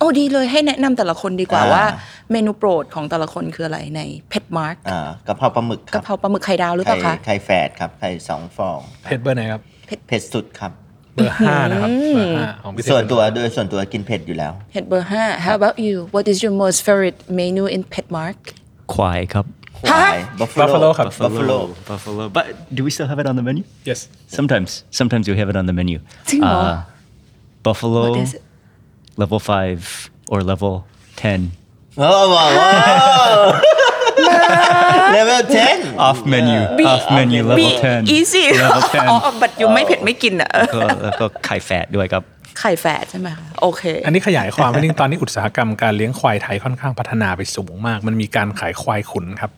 Speaker 3: โอ้ดีเลยให้แนะนำแต่ละคนดีกว่า
Speaker 4: อ่า
Speaker 3: ว่า เมนูโปรดของแต่ละคนคืออะไรในเพชรมาร์ก
Speaker 4: อ่ากะเพราปลาหมึกครั
Speaker 3: กะ
Speaker 4: บ
Speaker 3: เพราปลาหมึกไข่ดาวหรือเป
Speaker 4: ไข่
Speaker 3: ล่าคะ
Speaker 4: ไข่แฝดครับไข่สองฟอง
Speaker 5: เพจเบอร์ไหนครับ
Speaker 4: เผ็ดสุดครับ
Speaker 5: เบอร์ห้านะครับ เบอร์ห้าของพี่เศษ
Speaker 4: ส่วนตัวโดยส่วนตัวกินเผ็ดอยู่แล้ว
Speaker 3: เห็ดเบอร์ห้า How about you What is your most favorite menu in Petmark
Speaker 7: Kwai cup.
Speaker 4: ควายบัฟ
Speaker 5: บัฟฟาโลครับ
Speaker 4: บัฟฟาโล
Speaker 7: Buffalo. But do we still have it on the menu?
Speaker 5: yes
Speaker 7: Sometimes. Sometimes we have it on the menu.
Speaker 3: Tingle.
Speaker 7: buffalo
Speaker 3: What is it?
Speaker 7: level 5 or level 10.
Speaker 4: โอ้โห เลเวล10
Speaker 7: Off menu. off menu level 10.
Speaker 3: easy
Speaker 7: Level 10.
Speaker 3: อ๋อบัตรอยู่ไม่เผ็ดไม่กินอ่ะเออ
Speaker 7: ก็แล้วก็ไข่แฟดด้วยครับ
Speaker 3: ไข่แฝดใช่ไหมคะโอเค
Speaker 5: อันนี้ขยายความไปนิดนึงตอนนี้อุตสาหกรรมการเลี้ยงควายไทยค่อนข้างพัฒนาไปสูงมาก มันมีการขายควายขุนครับ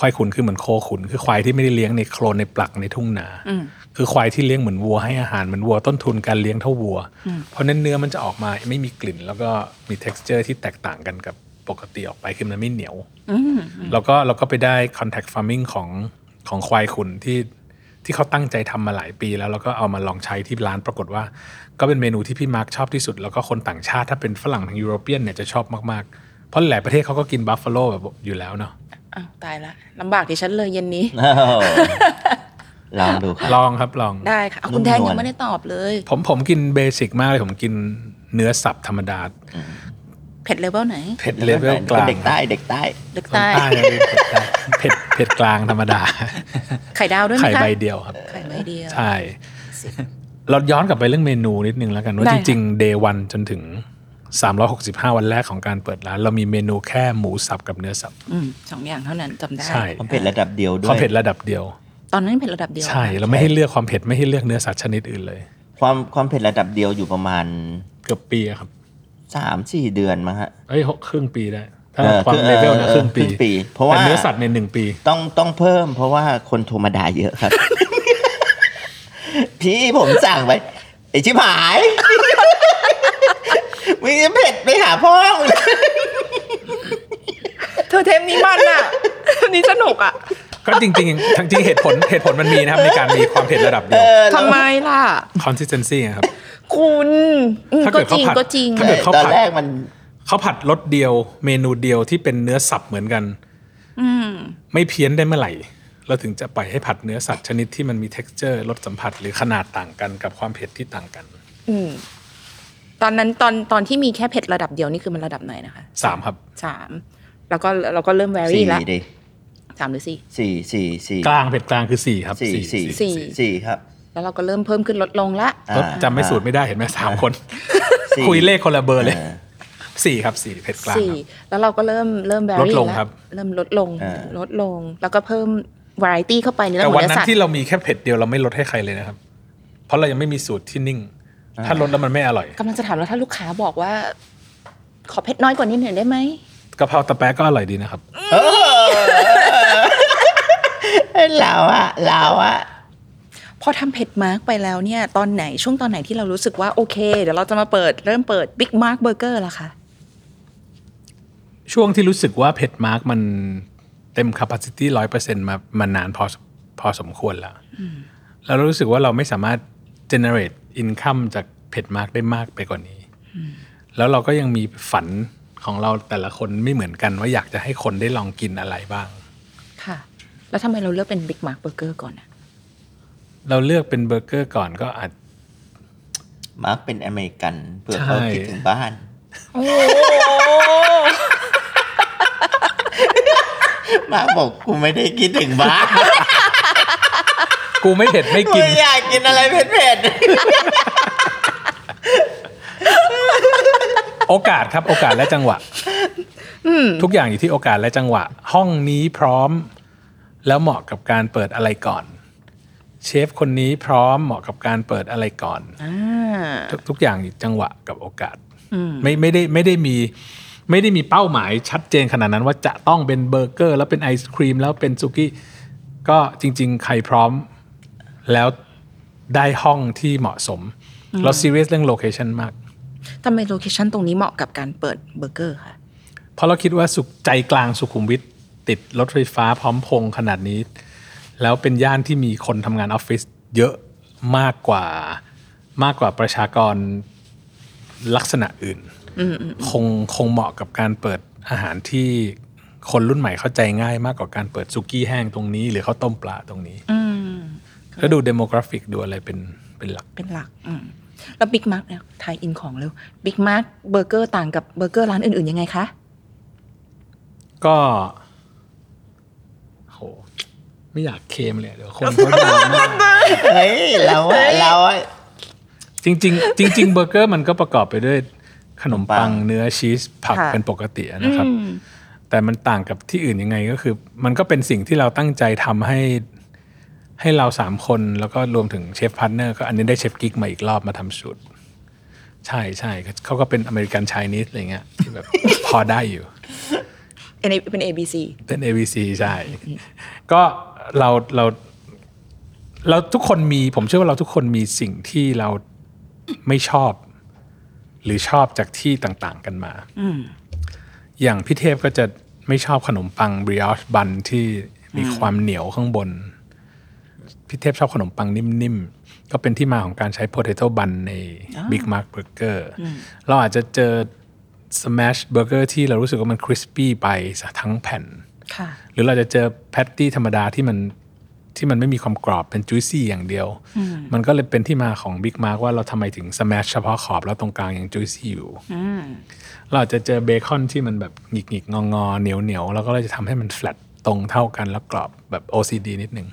Speaker 5: ควายขุนคือเหมือนโคขุน คือควายที่ไม่ได้เลี้ยงในโคลนในปลักในทุ่งนา คือควายที่เลี้ยงเหมือนวัวให้อาหารเหมือนวัวต้นทุนการเลี้ยงเท่าวัว เพราะนั้นเนื้อมันจะออกมาไม่มีกลิ่น แล้วก็มี t e x t อร์ที่แตกต่างกันกับปกติออกไปคือมันไม่เหนียวแล้วก็เราก็ไปได้ contact farming ของของควายขุนที่ ที่เขาตั้งใจทำมาหลายปีแล้วแล้วก็เอามาลองใช้ที่ร้านปรากฏว่า ก็เป็นเมนูที่พี่มาร์คชอบที่สุด แล้วก็คนต่างชาติถ้าเป็นฝรั่งทางยุโรเปียนเนี่ยจะชอบมากๆ เพราะหลายประเทศเขาก็กินบัฟฟาโลแบบอยู่แล้วเนาะ
Speaker 3: อ้าวตายละลำบากดิฉันเลยเย็นนี้
Speaker 4: ลองดูครับ
Speaker 5: ลองครับลอง
Speaker 3: ได้ค่ะอ่ะ คุณแทนยั
Speaker 4: นุ่มนวล
Speaker 3: งไม่ได้ตอบเลย
Speaker 5: ผมผมกินเบสิกมากเลย ผมกินเนื้อสับธรรมดา
Speaker 3: เผ็ดเลเวลไหน
Speaker 5: เผ็ดเลเวลกลาง
Speaker 4: เด็กใต้เด็กใต้
Speaker 3: เล็ก
Speaker 5: คน
Speaker 3: ใต้
Speaker 5: ใต้นะเผ็ดใต้เผ็ดเผ็ดกลางธรรมดา
Speaker 3: ไข่ดาวด้วยไหม
Speaker 5: ไข่
Speaker 3: คะ
Speaker 5: ใบเดียวครับ
Speaker 3: ไข่ใบเดียว
Speaker 5: ใช่ เราย้อนกลับไปเรื่องเมนูนิดนึงแล้วกัน ว่า
Speaker 3: ได้
Speaker 5: จ
Speaker 3: ค่ะ
Speaker 5: ริงๆ day one จนถึง 365 วันแรกของการเปิดร้าน เรามีเมนูแค่หมูสับกับเนื้อสับ
Speaker 3: อืมสองอย่างเท่านั้นจำได้
Speaker 5: ใช่
Speaker 4: ความเผ็ดระดับเดียว
Speaker 5: ค
Speaker 4: ด้วย
Speaker 5: วามเผ็ดระดับเดียว
Speaker 3: ตอนนั้นเผ็ดระดับเดียว
Speaker 5: ใช่เราไม่ให้เลือกความเผ็ดไม่ให้เลือกเนื้อสัตว์ชนิดอื่นเลย
Speaker 4: ความความเผ็ดระดับเดียวอยู่ประมาณ
Speaker 5: เกือบปีอะครับ
Speaker 4: สามสี่เดือนมั้งฮะ
Speaker 5: เอ้ยหกครึ่งปีได้ ถ้า
Speaker 4: ออ
Speaker 5: ความเลเวลนะ
Speaker 4: ออ
Speaker 5: ครึ่งปี
Speaker 4: เพราะว่า
Speaker 5: แต่เนื้อสัตว์เนี่ยหนึ่งปี
Speaker 4: ต้องต้องเพิ่ม เพราะว่าคนโทรมาด่าเยอะ ครับ พี่ผมสั่งไปไอชิบ หายมึงจะเผ็ดไปหาพ่อมึง
Speaker 3: เธอเทปนี้มันอ่ะ
Speaker 5: ก็จริงๆทั้งจริงเหตุผลเหตุผลมันมีนะครับในการมีความเผ็ดระดับเดียว
Speaker 3: ทำไมล่ะ
Speaker 5: consistency อะครับ
Speaker 3: คุณอืม
Speaker 5: ถ้าเกิ
Speaker 3: ก็
Speaker 5: ด
Speaker 3: จริง
Speaker 5: เขาผัด
Speaker 3: ก็จริง
Speaker 5: ถ้าเกิด
Speaker 4: ตอนแรกมัน
Speaker 5: เขาผัดรสเดียวเมนูเดียวที่เป็นเนื้อสับเหมือนกัน
Speaker 3: อืม
Speaker 5: ไม่เพี้ยนได้เมื่อไหร่ เราถึงจะปล่อยให้ผัดเนื้อสัตว์ชนิดที่มันมี t e x t อร์รสสัมผัสหรือขนาดต่างกันกับความเผ็ดที่ต่างกัน
Speaker 3: อืม ตอนนั้นตอนตอนที่มีแค่เผ็ดระดับเดียวนี่คือมันระดับไหนนะคะ
Speaker 5: สามครับ
Speaker 3: สามแล้วก็เราก็เริ่มแวรี่
Speaker 4: สี่
Speaker 3: ละ
Speaker 4: ดิ
Speaker 3: สามหรือสี่
Speaker 4: สี่สี่สี่
Speaker 5: กลางเผ็ดกลางคือสี่ครับ
Speaker 4: สี่สี่
Speaker 3: สี่
Speaker 4: สี่ครับ
Speaker 3: แล้วเราก็เริ่มเพิ่มขึ้นลดลงละ
Speaker 5: ก็จำไม่สูตรไม่ได้เห็นไหมสามคน
Speaker 4: สี่
Speaker 5: คุยเลขคนละเบอร์เลย
Speaker 4: ออ
Speaker 5: สี่ครับสี่เผ็ดกลาง
Speaker 3: สี่
Speaker 5: ครับ
Speaker 3: แล้วเราก็เริ่มเริ่มแว
Speaker 5: ลด
Speaker 3: รี่
Speaker 5: ลงครับ
Speaker 3: เริ่มลดลง
Speaker 4: อ่า
Speaker 3: ลดลง แล้วก็เพิ่มวาไรตี้เข้าไปในเรื่อ
Speaker 5: แต่
Speaker 3: งข
Speaker 5: วั
Speaker 3: อน งเนื้อ
Speaker 5: นั้
Speaker 3: สัต
Speaker 5: น
Speaker 3: ว์
Speaker 5: ที่เรามีแค่เผ็ดเดียวเราไม่ลดให้ใครเลยนะครับ เพราะเรายังไม่มีสูตรที่นิ่ง ถ้าลดแล้วมันไม่อร่อย
Speaker 3: กำลังจะถามแล้วถ้าลูกค้าบอกว่า ขอเผ็ดน้อยกว่านี้หน่อยได้ไหม
Speaker 5: กะเพราตะแป๊ะก็อร่อยดีนะครับ
Speaker 4: เออเราอะเราอะ
Speaker 6: พอทำเผ็ดมาร์กไปแล้วเนี่ย ตอนไหนช่วงตอนไหนที่เรารู้สึกว่าโอเค เดี๋ยวเราจะมาเปิดเริ่มเปิดบิ๊กมาร์กเบอร์เกอร์ละคะ
Speaker 5: ช่วงที่รู้สึกว่าเผ็ดมาร์กมันเต็ม capacity ร้อยเปอร์เซ็นต์มามานานพอพอสมควรแล้วแล้วเรารู้สึกว่าเราไม่สามารถ generate income จากเผ็ดมาร์กได้มากไปกว่านี้ แล้วเราก็ยังมีฝันของเราแต่ละคนไม่เหมือนกันว่าอยากจะให้คนได้ลองกินอะไรบ้าง
Speaker 3: ค่ะ แล้วทำไมเราเลือกเป็นบิ๊กมาร์กเบอร์เกอร์ก่อนอะ
Speaker 5: เราเลือกเป็นเบอร์เกอร์ก่อนก็อาจ
Speaker 4: มาร์กเป็นอเมริกันเพื่อเขา
Speaker 5: ใช่
Speaker 4: คิดถึงบ้านมาร์กบอกกูไม่ได้คิดถึงบ้าน
Speaker 5: กูไม่เผ็ดไม่
Speaker 4: กู
Speaker 5: กิน
Speaker 4: อยากกินอะไรเผ็ด
Speaker 5: โอกาสครับโอกาสและจังหวะทุกอย่างอยู่ที่โอกาสและจังหวะ ห้องนี้พร้อม แล้วเหมาะกับการเปิดอะไรก่อน เชฟคนนี้พร้อมเหมาะกับการเปิดอะไรก่อน
Speaker 3: อ่า
Speaker 5: ทกทุกอย่างอยู่จังหวะกับโอกาสไม่ไม่ได้ไม่ได้มี ไม่ได้มีเป้าหมายชัดเจนขนาดนั้น ว่าจะต้องเป็นเบอร์เกอร์ แล้วเป็นไอศครีมแล้วเป็นสุกี้ก็จริง ๆ ใครพร้อม แล้วได้ห้องที่เหมาะสม เราซีเรียสเรื่องโลเคชันมาก
Speaker 3: ทำไมโลเคชันตรงนี้เหมาะกับการเปิดเบอร์เกอร์ค่ะ
Speaker 5: เพราะเราคิดว่าสุขใจกลางสุขุมวิทติดรถไฟฟ้าพร้อมพงษ์ขนาดนี้ แล้วเป็นย่านที่มีคนทำงานออฟฟิศเยอะมากกว่ามากกว่าประชากรลักษณะอื่น คงคงเหมาะกับการเปิดอาหารที่คนรุ่นใหม่เข้าใจง่ายมากกว่าการเปิดซุกี้แห้งตรงนี้ หรือข้าวต้มปลาตรงนี้
Speaker 3: อืม
Speaker 5: ก็ดูเดโมกราฟิกดูอะไรเป็นเป็นหลัก
Speaker 3: เป็นหลักอืมแล้วบิ๊กมาร์กเนี่ยไทยอินของเร็วบิ๊กมาร์กเบอร์เกอร์ต่างกับเบอร์เกอร์ร้านอื่นๆยังไงคะ
Speaker 5: ก็โหไม่อยากเคลมเลยเดี๋ยวคนเขาด่ามาก
Speaker 4: ๆเฮ้ยเราอะเราอะ
Speaker 5: จริงจริงๆ จริง ๆ เบอร์เกอร์มันก็ประกอบไปด้วยขนม
Speaker 4: ขนมปั
Speaker 5: ปัง
Speaker 4: ง
Speaker 5: เนื้อชีสผัก
Speaker 3: ค่ะ
Speaker 5: เป็นปกตินะครับ แต่มันต่างกับที่อื่นยังไงก็คือ มันก็เป็นสิ่งที่เราตั้งใจทำให้ให้เราสามคนแล้วก็รวมถึงเชฟพาร์ทเนอร์ก็อันนี้ได้เชฟกิ๊กมาอีกรอบมาทำสูตร ใช่ใช่เขาก็เป็นอเมริกันชายนิดอะไรเงี้ยที่แบบ พอได้อยู่
Speaker 3: เป็น A- เป็น ABC
Speaker 5: เป็น ABC ใช่ ก็เราเราเราทุกคนมี ผมเชื่อว่าเราทุกคนมีสิ่งที่เราไม่ชอบ หรือชอบจากที่ต่างๆกันมา อย่างพี่เทพก็จะไม่ชอบขนมปังบริออชบันที่มีความเหนียวข้างบน พี่เทพชอบขนมปังนิ่มๆ ก็เป็นที่มาของการใช้ Potato Bun ใน Big Mac Burger เราอาจจะเจอ Smash Burger ที่เรารู้สึกว่ามันคริสปี้ไปซะทั้งแผ่น
Speaker 3: ค่ะ
Speaker 5: หรือเราจะเจอแพตตี้ธรรมดาที่มันที่มันไม่มีความกรอบเป็นจุยซี่อย่างเดียว มันก็เลยเป็นที่มาของบิ๊กมาร์กว่าเราทำไมถึงสแมชเฉพาะขอบแล้วตรงกลางยังจุยซี่อยู่ เราอาจจะเจอเบคอนที่มันแบบหงิกหงิกงองอๆเหนียวเหนียวๆแล้วก็เลยจะทำให้มันแฟลตตรงเท่ากันแล้วกรอบแบบ OCD นิดนึง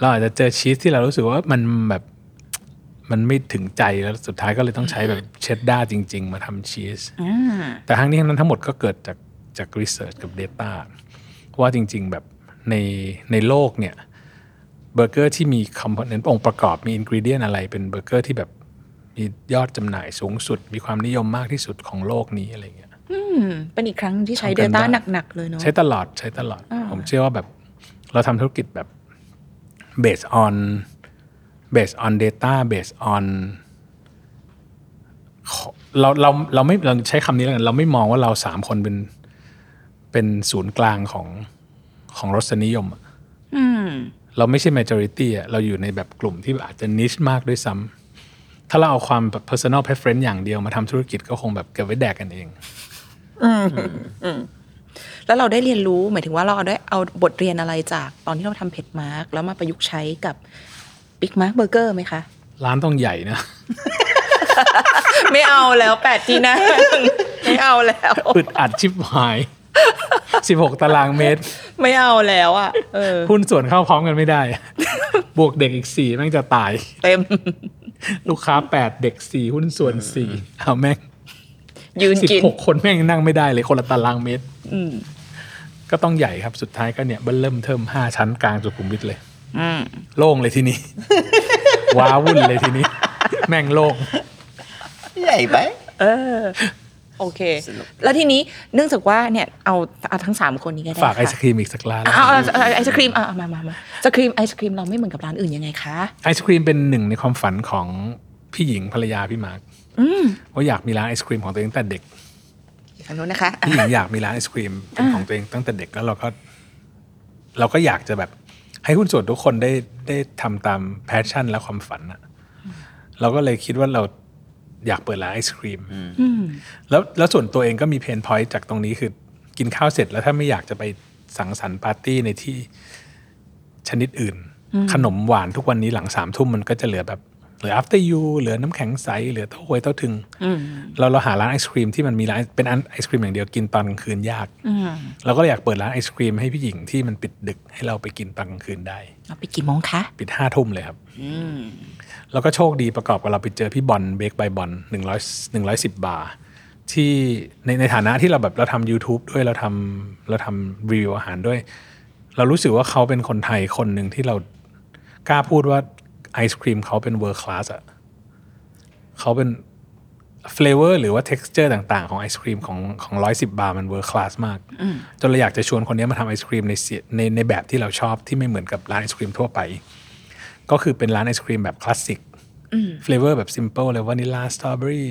Speaker 5: เราอาจจะเจอชีสที่เรารู้สึกว่ามันแบบ มันไม่ถึงใจแล้วสุดท้ายก็เลยต้องใช้แบบเชดด้าจริง ๆ มาทำชีส แต่ทั้งนี้ทั้งนั้นทั้งหมดก็เกิดจากจากรีเสิร์ชกับ Data ว่าจริง ๆ แบบในในโลกเนี่ยเบอร์เกอร์ที่มีคอมโพเนนต์องค์ประกอบมีอินกริเดียนอะไรเป็นเบอร์เกอร์ที่แบบมียอดจำหน่ายสูงสุด มีความนิยมมากที่สุดของโลกนี้อะไรเงี้ย
Speaker 3: อืม เป็นอีกครั้งที่ใช้
Speaker 5: ทำกั
Speaker 3: เด
Speaker 5: น
Speaker 3: ต้า
Speaker 5: บ้าง
Speaker 3: หนัก ๆ เลยเนาะ
Speaker 5: ใช้ตลอดใช้ตลอด ผมเชื่อว่าแบบเราทำธุรกิจแบบ based on based on data based on ขอเราเราเราไม่เราใช้คำนี้แล้วกันเราไม่มองว่าเราสามคนเป็นเป็นศูนย์กลางของ ของรสนิยมอะ
Speaker 3: อืม
Speaker 5: เราไม่ใช่ majority อะเราอยู่ในแบบกลุ่มที่อาจจะ niche มากด้วยซ้ำถ้าเราเอาความแบบ personal preference อย่างเดียวมาทำธุรกิจก็คงแบบเก็บไว้แดกกันเอง
Speaker 6: แล้วเราได้เรียนรู้หมายถึงว่าเราเอาได้เอาบทเรียนอะไรจากตอนที่เราทำเผ็ดมาร์กแล้วมาประยุกต์ใช้กับบิ๊กมาร์กเบอร์เกอร์ไหมคะ
Speaker 5: ร้านต้องใหญ่นะ
Speaker 3: ไม่เอาแล้วแปดที่นั่งไม่เอาแล้ว
Speaker 5: อึดอัดชิบหาย 16 ตารางเมตร
Speaker 3: ไม่เอาแล้วอ่ะเออ
Speaker 5: หุ้นส่วนเข้าพร้อมกันไม่ได้ บวกเด็กอีกสี่แม่งจะตาย
Speaker 3: เต็ม
Speaker 5: ลูกค้า 8 เด็กสี่หุ้นส่วนสี่เอาแม่ง
Speaker 3: ยืน
Speaker 5: สิบ
Speaker 3: กิน
Speaker 5: หกคนแม่งนั่งไม่ได้เลยคนละตารางเมตรก็ต้องใหญ่ครับสุดท้ายก็เนี่ยเบิ้ลเริ่มเทิมห้าชั้นกลางสุขุมวิทเลยโล่งเลยที นี้ ว้าวุ่นเลยทีนี้ แม่งโล่ง
Speaker 4: ใหญ่ไป
Speaker 3: โอเค แล้วทีนี้เนื่องจากว่าเนี่ยเอาเอาทั้งสามคนนี้ก็ได้
Speaker 5: ฝากไอศ
Speaker 3: ค่ะ
Speaker 5: ครีมอีกสักร้าน
Speaker 3: เอาเอาเอาไอศครีมเอาเอามามามาไอศครีมไอศครีมเราไม่เหมือนกับร้านอื่นยังไงคะ
Speaker 5: ไอศครีมเป็นหนึ่งในความฝันของพี่หญิงภรรยาพี่มาร์คว่าอยากมีร้านไอศครีมของตัวเองตั้งแต่เด็ก
Speaker 3: อันนู้นนะคะอ่ะ
Speaker 5: พี่หญิงอยากมีร้านไอศครีมเป็นของตัวเองตั้งแต่เด็กแล้วเราก็ เราก็อยากจะแบบ ให้หุ้นส่วนทุกคนได้ได้ทำตามแพชชั่นและความฝันอะเราก็เลยคิดว่าเราอยากเปิดร้านไอศครีมแล้วแล้วส่วนตัวเองก็มีเพนพอยต์จากตรงนี้คือกินข้าวเสร็จแล้วถ้าไม่อยากจะไปสังสรรค์ปาร์ตี้ในที่ชนิดอื่น ขนมหวานทุกวันนี้หลังสามทุ่มมันก็จะเหลือแบบเหลือ after you เหลือน้ำแข็งใสเหลือเต้าหวยเต้าถึง เราเราหาร้านไอศครีมที่มันมีร้านเป็นอันไอศครีมอย่างเดียวกินตอนกลางคืนยากเราก็เลยอยากเปิดร้านไอศครีมให้พี่หญิงที่มันปิดดึกให้เราไปกินตอนกลางคืนได้
Speaker 3: เราไปกี่โมงคะ
Speaker 5: ปิดห้าทุ่มเลยครับแล้วก็โชคดีประกอบกับเราไปเจอพี่บอลเบคไบบอลหนึ่งร้อยหนึ่งร้อยสิบบาร์ที่ในในฐานะที่เราแบบเราทำ YouTube ด้วยเราทำเราทำรีวิวอาหารด้วย เรารู้สึกว่าเขาเป็นคนไทยคนหนึ่งที่เรากล้าพูดว่าไอศครีมเขาเป็นเวอร์คลาสอะเขาเป็นเฟลเวอร์หรือว่า t e x t อร์ต่าง ๆ ของไอศครีมของของร้อยสิบบาร์มันเวอร์คลาสมาก จนเราอยากจะชวนคนนี้มาทำไอศครีมในเสียในในแบบที่เราชอบที่ไม่เหมือนกับร้านไอศครีมทั่วไป ก็คือเป็นร้านไอศครีมแบบคลาสสิกเฟลเวอร์แบบซิมเ l ิลเลยวานิลาสตรอเบอรี่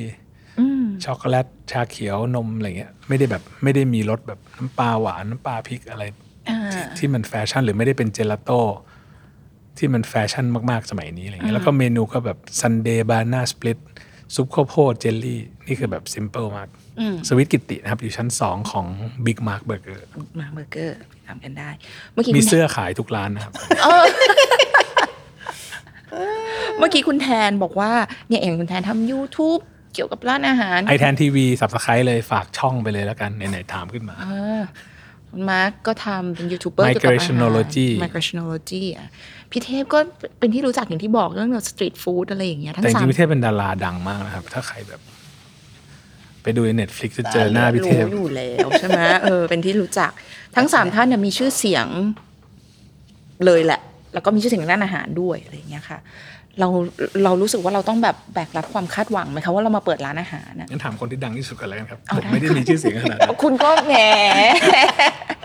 Speaker 5: ช็อกโกแลต ชาเขียว นม อะไรเงี้ย ไม่ได้แบบไม่ได้มีรสแบบน้ำปลาหวาน น้ำปลาพริกอะไรที่ที่มันแฟชั่น หรือไม่ได้เป็นเจลาโต้ที่มันแฟชั่นมากๆ สมัยนี้อะไรเงี้ยแล้วก็เมนูก็แบบซันเดย์บานาสปลิตซุปข้าวโพดเจลลี่ นี่คือแบบซิมเ l ิลมากสวิตกิตินะครับ อยู่ชั้น 2 ของ Big Mark Burger
Speaker 3: มาเบอร์เกอร์ทำกันได้ เมื่อกี้
Speaker 5: มี
Speaker 3: คุณ
Speaker 5: เสื้อขายทุกร้านนะครับ
Speaker 3: เมื่อกี้คุณแทนบอกว่าเนี่ยเอย่างคุณแทนทำ YouTube เกี่ยวกับร้านอาหาร
Speaker 5: ไอแทนทีวีสับสไครเลยฝากช่องไปเลยแล้วกันไหนๆถามขึ้นมา
Speaker 3: คุณมาร์กก็ทำเป็นยูทูบเบอร์
Speaker 5: Migrationology
Speaker 3: migrationology อ่ะพี่เทพก็เป็นที่รู้จักอย่างที่บอกเรื่องสตรีทฟู้ดอะไรอย่างเงี้ยทั้
Speaker 5: แต่
Speaker 3: ง
Speaker 5: จ
Speaker 3: สา
Speaker 5: ริ
Speaker 3: ม
Speaker 5: งๆพี่เทพเป็นดาราดังมากนะครับ ถ้าใครแบบ ไปดูใน Netflix จะเจอหน้าพี่เทพ
Speaker 3: รู้อยู่แล้วใช่ไหมเออเป็นที่รู้จักทั้งสามท่านน่ะมีชื่อเสียงเลยแหละ แล้วก็มีชื่อเสียงทางด้านอาหารด้วยอะไรอย่างเงี้ยค่ะ เราเรารู้สึกว่าเราต้องแบบแบกรับความคาดหวังไหมคะว่าเรามาเปิดร้านอาหารนะ
Speaker 5: งั้นถามคนที่ดังที่สุดกันแล้วกันครับ
Speaker 3: เอา
Speaker 5: ผม
Speaker 3: ได้
Speaker 5: ไม่ได้มีชื่อเสียงขนาดนั้น
Speaker 3: คุณก็แหม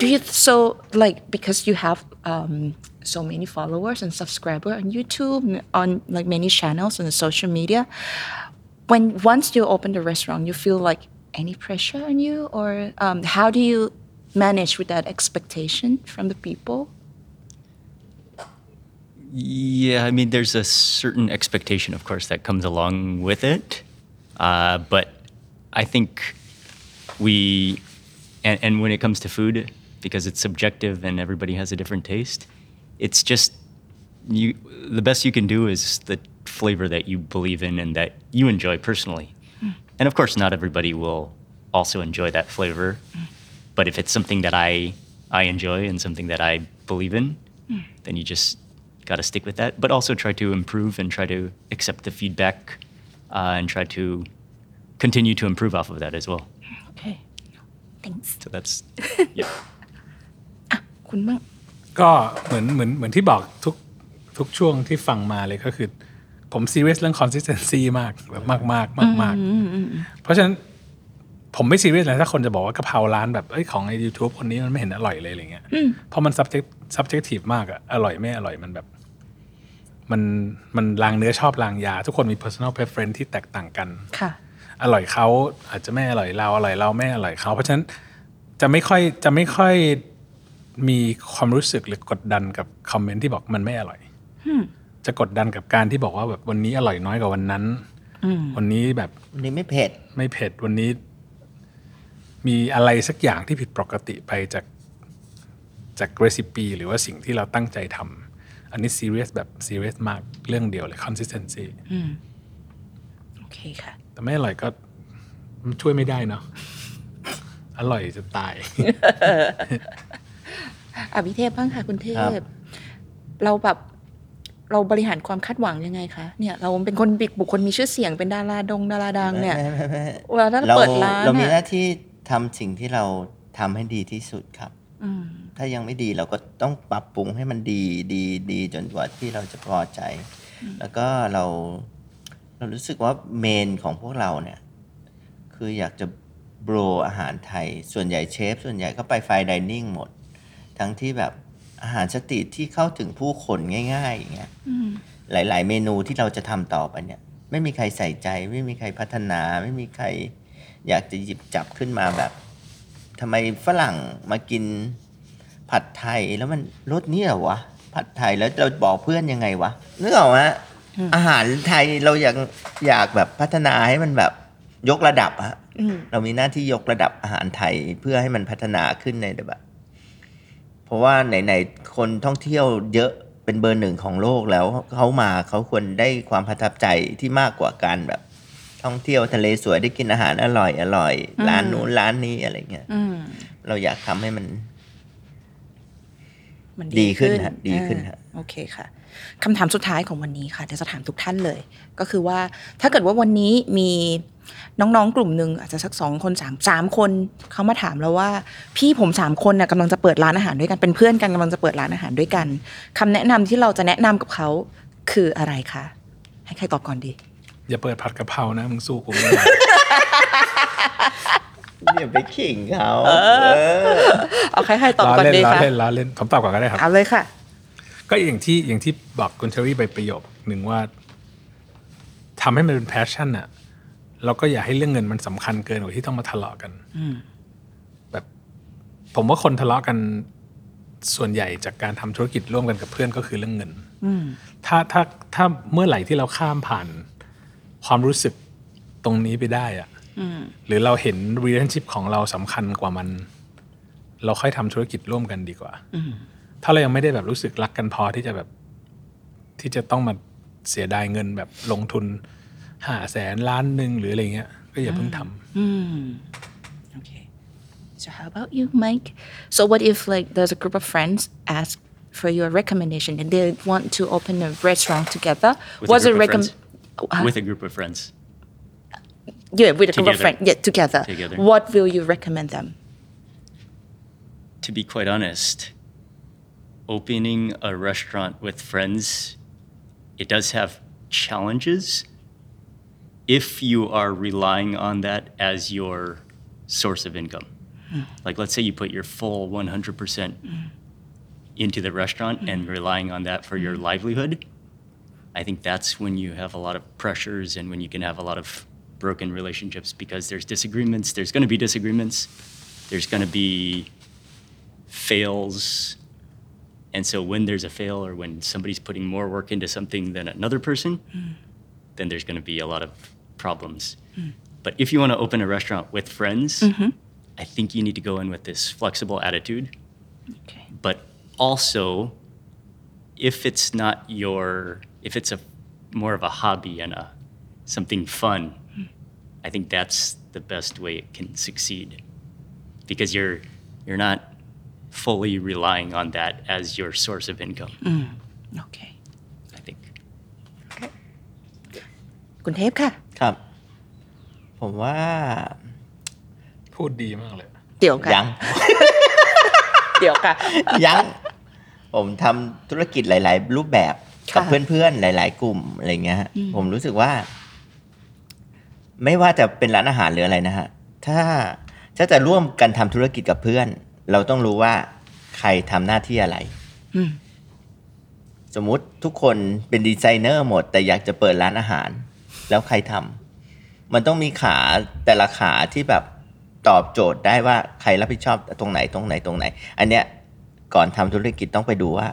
Speaker 3: Do you so like because you have um, so many followers and subscribers on YouTube on like many channels on the social media when once you open the restaurant you feel like any pressure on you or um, how do you manage with that expectation from the people
Speaker 7: Yeah, I mean, there's a certain expectation, of course, that comes along with it. Uh, but I think we, and, and when it comes to food, because it's subjective and everybody has a different taste, it's just you. The best you can do is the flavor that you believe in and that you enjoy personally. And of course, not everybody will also enjoy that flavor. But if it's something that I I enjoy and something that I believe in, then you just got to stick with that. But also try to improve and try to accept the feedback uh, and try to continue to improve off of that as well.
Speaker 3: okay thanks
Speaker 7: So that's yeah.
Speaker 3: คุณบ้าง
Speaker 5: ก็เหมือนเหมือนเหมือนที่บอกทุกทุกช่วงที่ฟังมาเลยก็คือ ผมซีเรียสเรื่อง consistency มากแบบมากมากมากมากเพราะฉะนั้นผมไม่ซีเรียสเลยถ้าคนจะบอกว่ากะเพราร้านแบบเอ้ยของใน YouTube คนนี้มันไม่เห็นอร่อยเลยอะไรเงี้ยเพราะมัน subject subjective มากอะอร่อยไม่อร่อยมันแบบ มันมันลางเนื้อชอบลางยา ทุกคนมี personal preference ที่แตกต่างกัน
Speaker 3: ค่ะ
Speaker 5: อร่อยเขาอาจจะไม่อร่อยเราอร่อยเราไม่อร่อยเขาเพราะฉะนั้นจะไม่ค่อยจะไม่ค่อย มีความรู้สึกหรือกดดันกับคอมเมนต์ที่บอกมันไม่อร่อย จะกดดันกับการที่บอกว่าแบบวันนี้อร่อยน้อยกว่าวันนั้น วันนี้แบบ
Speaker 4: วันนี้ไม่เผ็ด
Speaker 5: ไม่เผ็ดวันนี้ มีอะไรสักอย่างที่ผิดปกติไปจากจากเรซิปีหรือว่าสิ่งที่เราตั้งใจทำอันนี้ซีเรียสแบบซีเรียสมากเรื่องเดียวเลย consistency
Speaker 3: โอเคค่ะ
Speaker 5: แต่ไม่อร่อยก็มันช่วยไม่ได้เนาะอร่อยจะตาย
Speaker 3: อภิเทพบ้างค่ะคุณเท
Speaker 4: ครั
Speaker 3: พ
Speaker 4: บ
Speaker 3: เราแบบเราบริหารความคาดหวังยังไงคะเนี่ย เราเป็นคนบิกบุคคลมีชื่อเสียงเป็นดาราดงดาราดังเนี่ย
Speaker 4: ไม่ไม่ไม่ไม่
Speaker 3: เวลาถ้า
Speaker 4: เรา
Speaker 3: เปิดร้าน
Speaker 4: เรามีห
Speaker 3: อะ
Speaker 4: น้าที่ทำสิ่งที่เราทำให้ดีที่สุดครับ
Speaker 3: อืม
Speaker 4: ถ้ายังไม่ดีเราก็ต้องปรับปรุงให้มันดีดีดีจนกว่าที่เราจะพอใจ แล้วก็เราเรารู้สึกว่าเมนของพวกเราเนี่ย คืออยากจะโบรอาหารไทย ส่วนใหญ่เชฟ ส่วนใหญ่ก็ไปไฟดิเนิ่งหมด ทั้งที่แบบอาหารสตรีทที่เข้าถึงผู้คนง่ายๆอย่างเงี้ยหลายๆ เมนูที่เราจะทำต่อไปเนี่ย ไม่มีใครใส่ใจ ไม่มีใครพัฒนา ไม่มีใครอยากจะหยิบจับขึ้นมาแบบทำไมฝรั่งมากิน ผัดไทยแล้วมันรสเนี่ยเหรอวะ ผัดไทยแล้วเราบอกเพื่อนยังไงวะนึกออกไหมอาหารไทยเราอยากอยากแบบพัฒนาให้มันแบบยกระดับอะ
Speaker 3: อืม
Speaker 4: เรามีหน้าที่ยกระดับอาหารไทยเพื่อให้มันพัฒนาขึ้นในแบบ เพราะว่าไหนๆคนท่องเที่ยวเยอะเป็นเบอร์หนึ่งของโลกแล้วเขามาเขาควรได้ความประทับใจที่มากกว่าการแบบ ท่องเที่ยวทะเลสวยได้กินอาหารอร่อยอร่อยร้านนู้นร้านนี้อะไรเงี้ย
Speaker 3: อืม
Speaker 4: เราอยากทำให้มัน
Speaker 3: มัน
Speaker 4: ดีขึ้นฮะดีขึ้นฮะ
Speaker 3: อ่าโอเคค่ะคำถามสุดท้ายของวันนี้ค่ะเดี๋ยวจะถามทุกท่านเลย ก็คือว่าถ้าเกิดว่าวันนี้มีน้องๆกลุ่มหนึ่งอาจจะสักสองคนสามสามคนเขามาถามเราว่า พี่ผมสามคนน่ะกำลังจะเปิดร้านอาหารด้วยกันเป็นเพื่อนกันกำลังจะเปิดร้านอาหารด้วยกันคำแนะนำที่เราจะแนะนำกับเขาคืออะไรคะให้ใครตอบก่อนดี
Speaker 5: อย่าเปิดผัดกะเพรานะมึงสู้กูไม่ได้
Speaker 4: เนี่ยไปขิงเขา
Speaker 3: เอาใครใครตอบก่อนดี
Speaker 5: ล้
Speaker 3: คะ
Speaker 5: เล่นล้อเล่นผมตอบก่อนก็ได้ครับ
Speaker 3: เอาเลยค่ะ
Speaker 5: ก็อย่างที่อย่างที่บอกคุณเชอรี่ไปประโยคหนึ่งว่าทำให้มันเป็นแพชชั่นอะแล้วก็อย่าให้เรื่องเงินมันสำคัญเกินกว่าที่ต้องมาทะเลาะกันแบบ ผมว่าคนทะเลาะกันส่วนใหญ่จากการทำธุรกิจร่วมกันกับเพื่อนก็คือเรื่องเงินถ้าถ้าถ้าเมื่อไหร่ที่เราข้ามผ่านความรู้สึกตรงนี้ไปได้อะหรือเราเห็น relationship ของเราสำคัญกว่ามัน เราค่อยทำธุรกิจร่วมกันดีกว่า ถ้าเรายังไม่ได้แบบรู้สึกรักกันพอที่จะแบบ ที่จะต้องมาเสียดายเงินแบบลงทุนห้าแสนล้านหนึ่งหรืออะไรเงี้ย ก็อย่าเพิ่งทำ
Speaker 3: Okay. So how about you, Mike? So what if like there's a group of friends ask for your recommendation and they want to open a restaurant together?
Speaker 7: With
Speaker 3: What's
Speaker 7: a group of
Speaker 3: recommend?
Speaker 7: friends. with a group of friends.
Speaker 3: Yeah, with a group of
Speaker 7: Together.
Speaker 3: friends. Yeah, together.
Speaker 7: Together.
Speaker 3: What will you recommend them?
Speaker 7: To be quite honest, opening a restaurant with friends, it does have challenges if you are relying on that as your source of income. Like let's say you put your full 100% into the restaurant and relying on that for your livelihood. I think that's when you have a lot of pressures and when you can have a lot of broken relationships because there's disagreements. There's going to be disagreements. There's going to be fails. And so when there's a fail or when somebody's putting more work into something than another person, then there's going to be a lot of problems. But if you want to open a restaurant with friends, I think you need to go in with this flexible attitude.
Speaker 3: Okay.
Speaker 7: But also, if it's not your if it's a more of a hobby and a something fun i think that's the best way it can succeed because you're you're not fully relying on that as your source of income
Speaker 3: Okay.
Speaker 7: i think
Speaker 3: คุณเทพค่ะ
Speaker 4: ครับ ผมว่า
Speaker 5: พูดดีมากเลย
Speaker 3: เดี๋ยวค่ะ
Speaker 4: ยัง
Speaker 3: เดี๋ยวค่ะ
Speaker 4: ยัง ผมทำธุรกิจหลาย ๆ รูปแบบกับ
Speaker 3: ค่ะ
Speaker 4: เพื่อน ๆ หลาย ๆ กลุ่มอะไรเงี้ยฮะผมรู้สึกว่า ไม่ว่าจะเป็นร้านอาหารหรืออะไรนะฮะ ถ้าถ้าจะร่วมกันทำธุรกิจกับเพื่อน เราต้องรู้ว่าใครทำหน้าที่อะไร สมมุติทุกคนเป็นดีไซเนอร์หมด แต่อยากจะเปิดร้านอาหาร แล้วใครทำมันต้องมีขาแต่ละขาที่แบบตอบโจทย์ได้ว่าใครรับผิดชอบตรงไหนตรงไหนตรงไหน อันเนี้ย ก่อนทำธุรกิจต้องไปดูว่า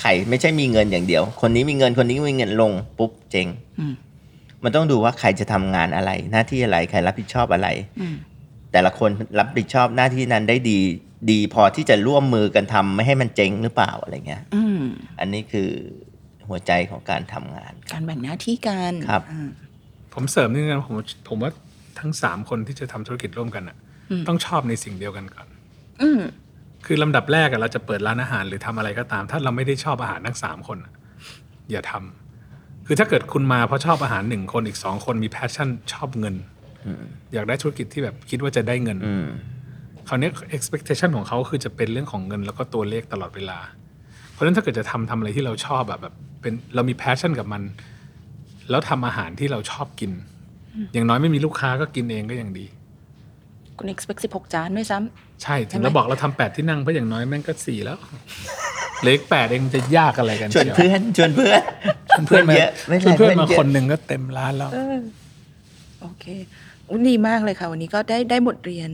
Speaker 4: ใครไม่ใช่มีเงินอย่างเดียว คนนี้มีเงินคนนี้มีเงินลงปุ๊บเจ๊ง
Speaker 6: อืม
Speaker 4: มันต้องดูว่าใครจะทำงานอะไร หน้าที่อะไรใครรับผิดชอบอะไร
Speaker 6: อืม
Speaker 4: แต่ละคนรับผิดชอบหน้าที่นั้นได้ดี ดีพอที่จะร่วมมือกันทำไม่ให้มันเจ๊งหรือเปล่าอะไรเงี้ย
Speaker 6: อืม
Speaker 4: อันนี้คือหัวใจของการทำงาน
Speaker 6: การแบ่งหน้าที่กัน
Speaker 4: ครับ
Speaker 6: อ่า
Speaker 5: ผมเสริมนิดนึงนะผมผมว่าทั้งสามคนที่จะทำธุรกิจร่วมกันอ่ะ
Speaker 6: อืม
Speaker 5: ต้องชอบในสิ่งเดียวกันก่อน
Speaker 6: อืม
Speaker 5: คือลำดับแรกอะเราจะเปิดร้านอาหารหรือทำอะไรก็ตาม ถ้าเราไม่ได้ชอบอาหารทั้งสามคนอะอย่าทำคือถ้าเกิดคุณมาเพราะชอบอาหารหนึ่งคนอีกสองคนมีแพชชั่นชอบเงิน
Speaker 4: อืม
Speaker 5: อยากได้ธุรกิจที่แบบคิดว่าจะได้เงิน
Speaker 4: อืม
Speaker 5: คราวนี้ expectation ของเขาคือจะเป็นเรื่องของเงินแล้วก็ตัวเลขตลอดเวลา เพราะฉะนั้นถ้าเกิดจะทำทำอะไรที่เราชอบแบบแบบเป็นเรามี passion กับมัน แล้วทำอาหารที่เราชอบกิน อย่างน้อยไม่มีลูกค้าก็กินเองก็ยังดี
Speaker 3: คุณ expect สิบหกจานด้วยซ้ำ
Speaker 5: ใช่ถึ
Speaker 3: ใช่
Speaker 5: ง
Speaker 3: ไหม
Speaker 5: เราบอกเราทำแปดที่นั่งเพราะอย่างน้อยแม่งก็สี่แล้วเหล็กแปดเองมันจะยากอะไรกัน
Speaker 4: ชวน
Speaker 5: ชีย
Speaker 4: เพื่อนชวนเพื่อน
Speaker 5: ชวนเพื่อนมา
Speaker 4: เยอะไม่
Speaker 5: ชวน
Speaker 4: ใช่
Speaker 5: เพื่อนมา
Speaker 4: เยอะ
Speaker 5: คนหนึ่งก็เต็มร้านแล้ว
Speaker 3: เออโอเคอุ๊ยดีมากเลยค่ะ วันนี้ก็ได้ได้บทเรียน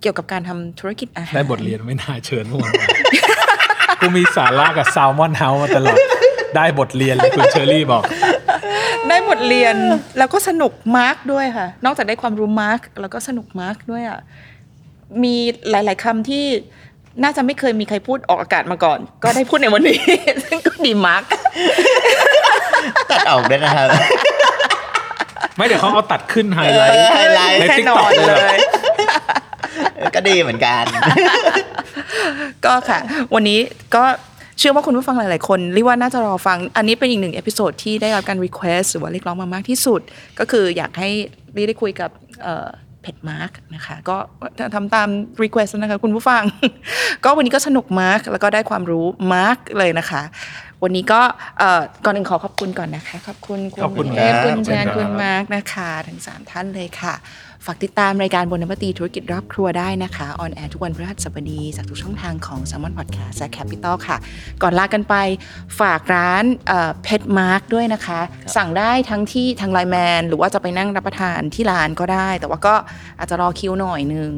Speaker 3: เกี่ยวกับการทำธุรกิจอาหาร
Speaker 5: ได้บทเรียนไม่น่าเชิญพวกมันมา กูมีสาระกับแซลมอนเฮาส์มาตลอดได้บทเรียนเลยคุณเชอรี่บอก
Speaker 3: ได้บทเรียนแล้วก็สนุกมาร์กด้วยค่ะ นอกจากได้ความรู้มาร์กแล้วก็สนุกมาร์กด้วยอ่ะมีหลาย ๆคำที่น่าจะไม่เคยมีใครพูดออกอากาศมาก่อน ก็ได้พูดในวันนี้ ซึ่งก็ดีมาร์ก
Speaker 4: ตัด ออกด้วยนะครับ
Speaker 5: ไม่เดี๋ยวเขาเอาตัดขึ้นไฮไลท์
Speaker 4: เออไฮไลท์
Speaker 5: ในติ๊กต็อกเลย
Speaker 4: ก็ดีเหมือนกัน
Speaker 3: ก็ค่ะ วันนี้ก็เชื่อว่าคุณผู้ฟังหลาย ๆ คนรีว่าน่าจะรอฟัง อันนี้เป็นอีกหนึ่งเอพิโซดที่ได้รับการรีเควสหรือว่าเรียกร้องมามากที่สุด ก็คืออยากให้รีได้คุยกับเอ่อเพจมาร์กนะคะ ก็ทำตามรีเควสนะคะคุณผู้ฟัง ก็วันนี้ก็สนุกมาร์กแล้วก็ได้ความรู้มาร์กเลยนะคะ วันนี้ก็เอ่อก่อนอื่นขอขอบคุณก่อนนะคะ ขอบคุณ
Speaker 5: ขอบคุณ
Speaker 3: เอฟ
Speaker 4: ครับ
Speaker 3: คุณแจน
Speaker 5: ขอบคุณครับ
Speaker 3: คุณมาร์กนะคะทั้งสามท่านเลยค่ะ ฝากติดตามรายการบนน้ำปตีธุรกิจรอบครัวได้นะคะออนแอร์ทุกวันพฤหัสบดีจากทุกช่องทางของ s ซ l m o n Podcast และ Capital ค่ะ ก่อนลากันไปฝากร้านเพชรมาร์กด้วยนะคะ สั่งได้ทั้งที่ทางไลน์แมน หรือว่าจะไปนั่งรับประทานที่ร้านก็ได้ แต่ว่าก็อาจจะรอคิวหน่อยหนึ่ง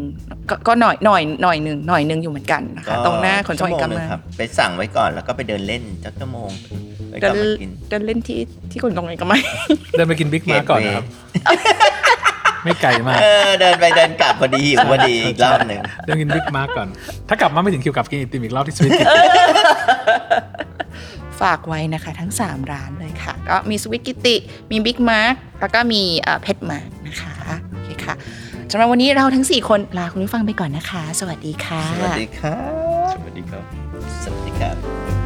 Speaker 3: กก็หน่อยหน่อยหน่อยหนึ่งหน่อยหนึ่งอยู่เหมือนกันนะคะ ตรงหน้าขนส่งเอก
Speaker 4: ชั่วโมห
Speaker 3: มัย
Speaker 4: นึ่งครับ ไปสั่งไว้ก่อนแล้วก็ไปเดินเล่นจักชั่วโมงแล้ว
Speaker 3: เดิ
Speaker 4: ก็
Speaker 3: น
Speaker 4: มากิน
Speaker 3: เดินเล่นที่ที่ขนส่งเอกมัย
Speaker 5: เดินไปกินบิ๊กมาก่อนนะครับ ไม่ไกลมาก
Speaker 4: เออ เดินไปเดินกลับพอดีหิวพอดีอีกรอบหนึ่ง
Speaker 5: เดินกินบิ๊กมาก่อน ถ้ากลับมาไม่ถึงคิวกลับกินไอติมอีกรอบที่สวิตช์
Speaker 3: ฝากไว้นะคะทั้ง 3 ร้านเลยค่ะ ก็มีสวิตกิติ มีบิ๊กมาร์แล้วก็มีเพชรมาร์นะคะโอเคค่ะสำหรับวันนี้เราทั้ง 4 คนลาคุณผู้ฟังไปก่อนนะคะ สวัสดีค่ะ
Speaker 4: สวัสดีครับ
Speaker 7: Somebody come.
Speaker 4: สวัสดีครับ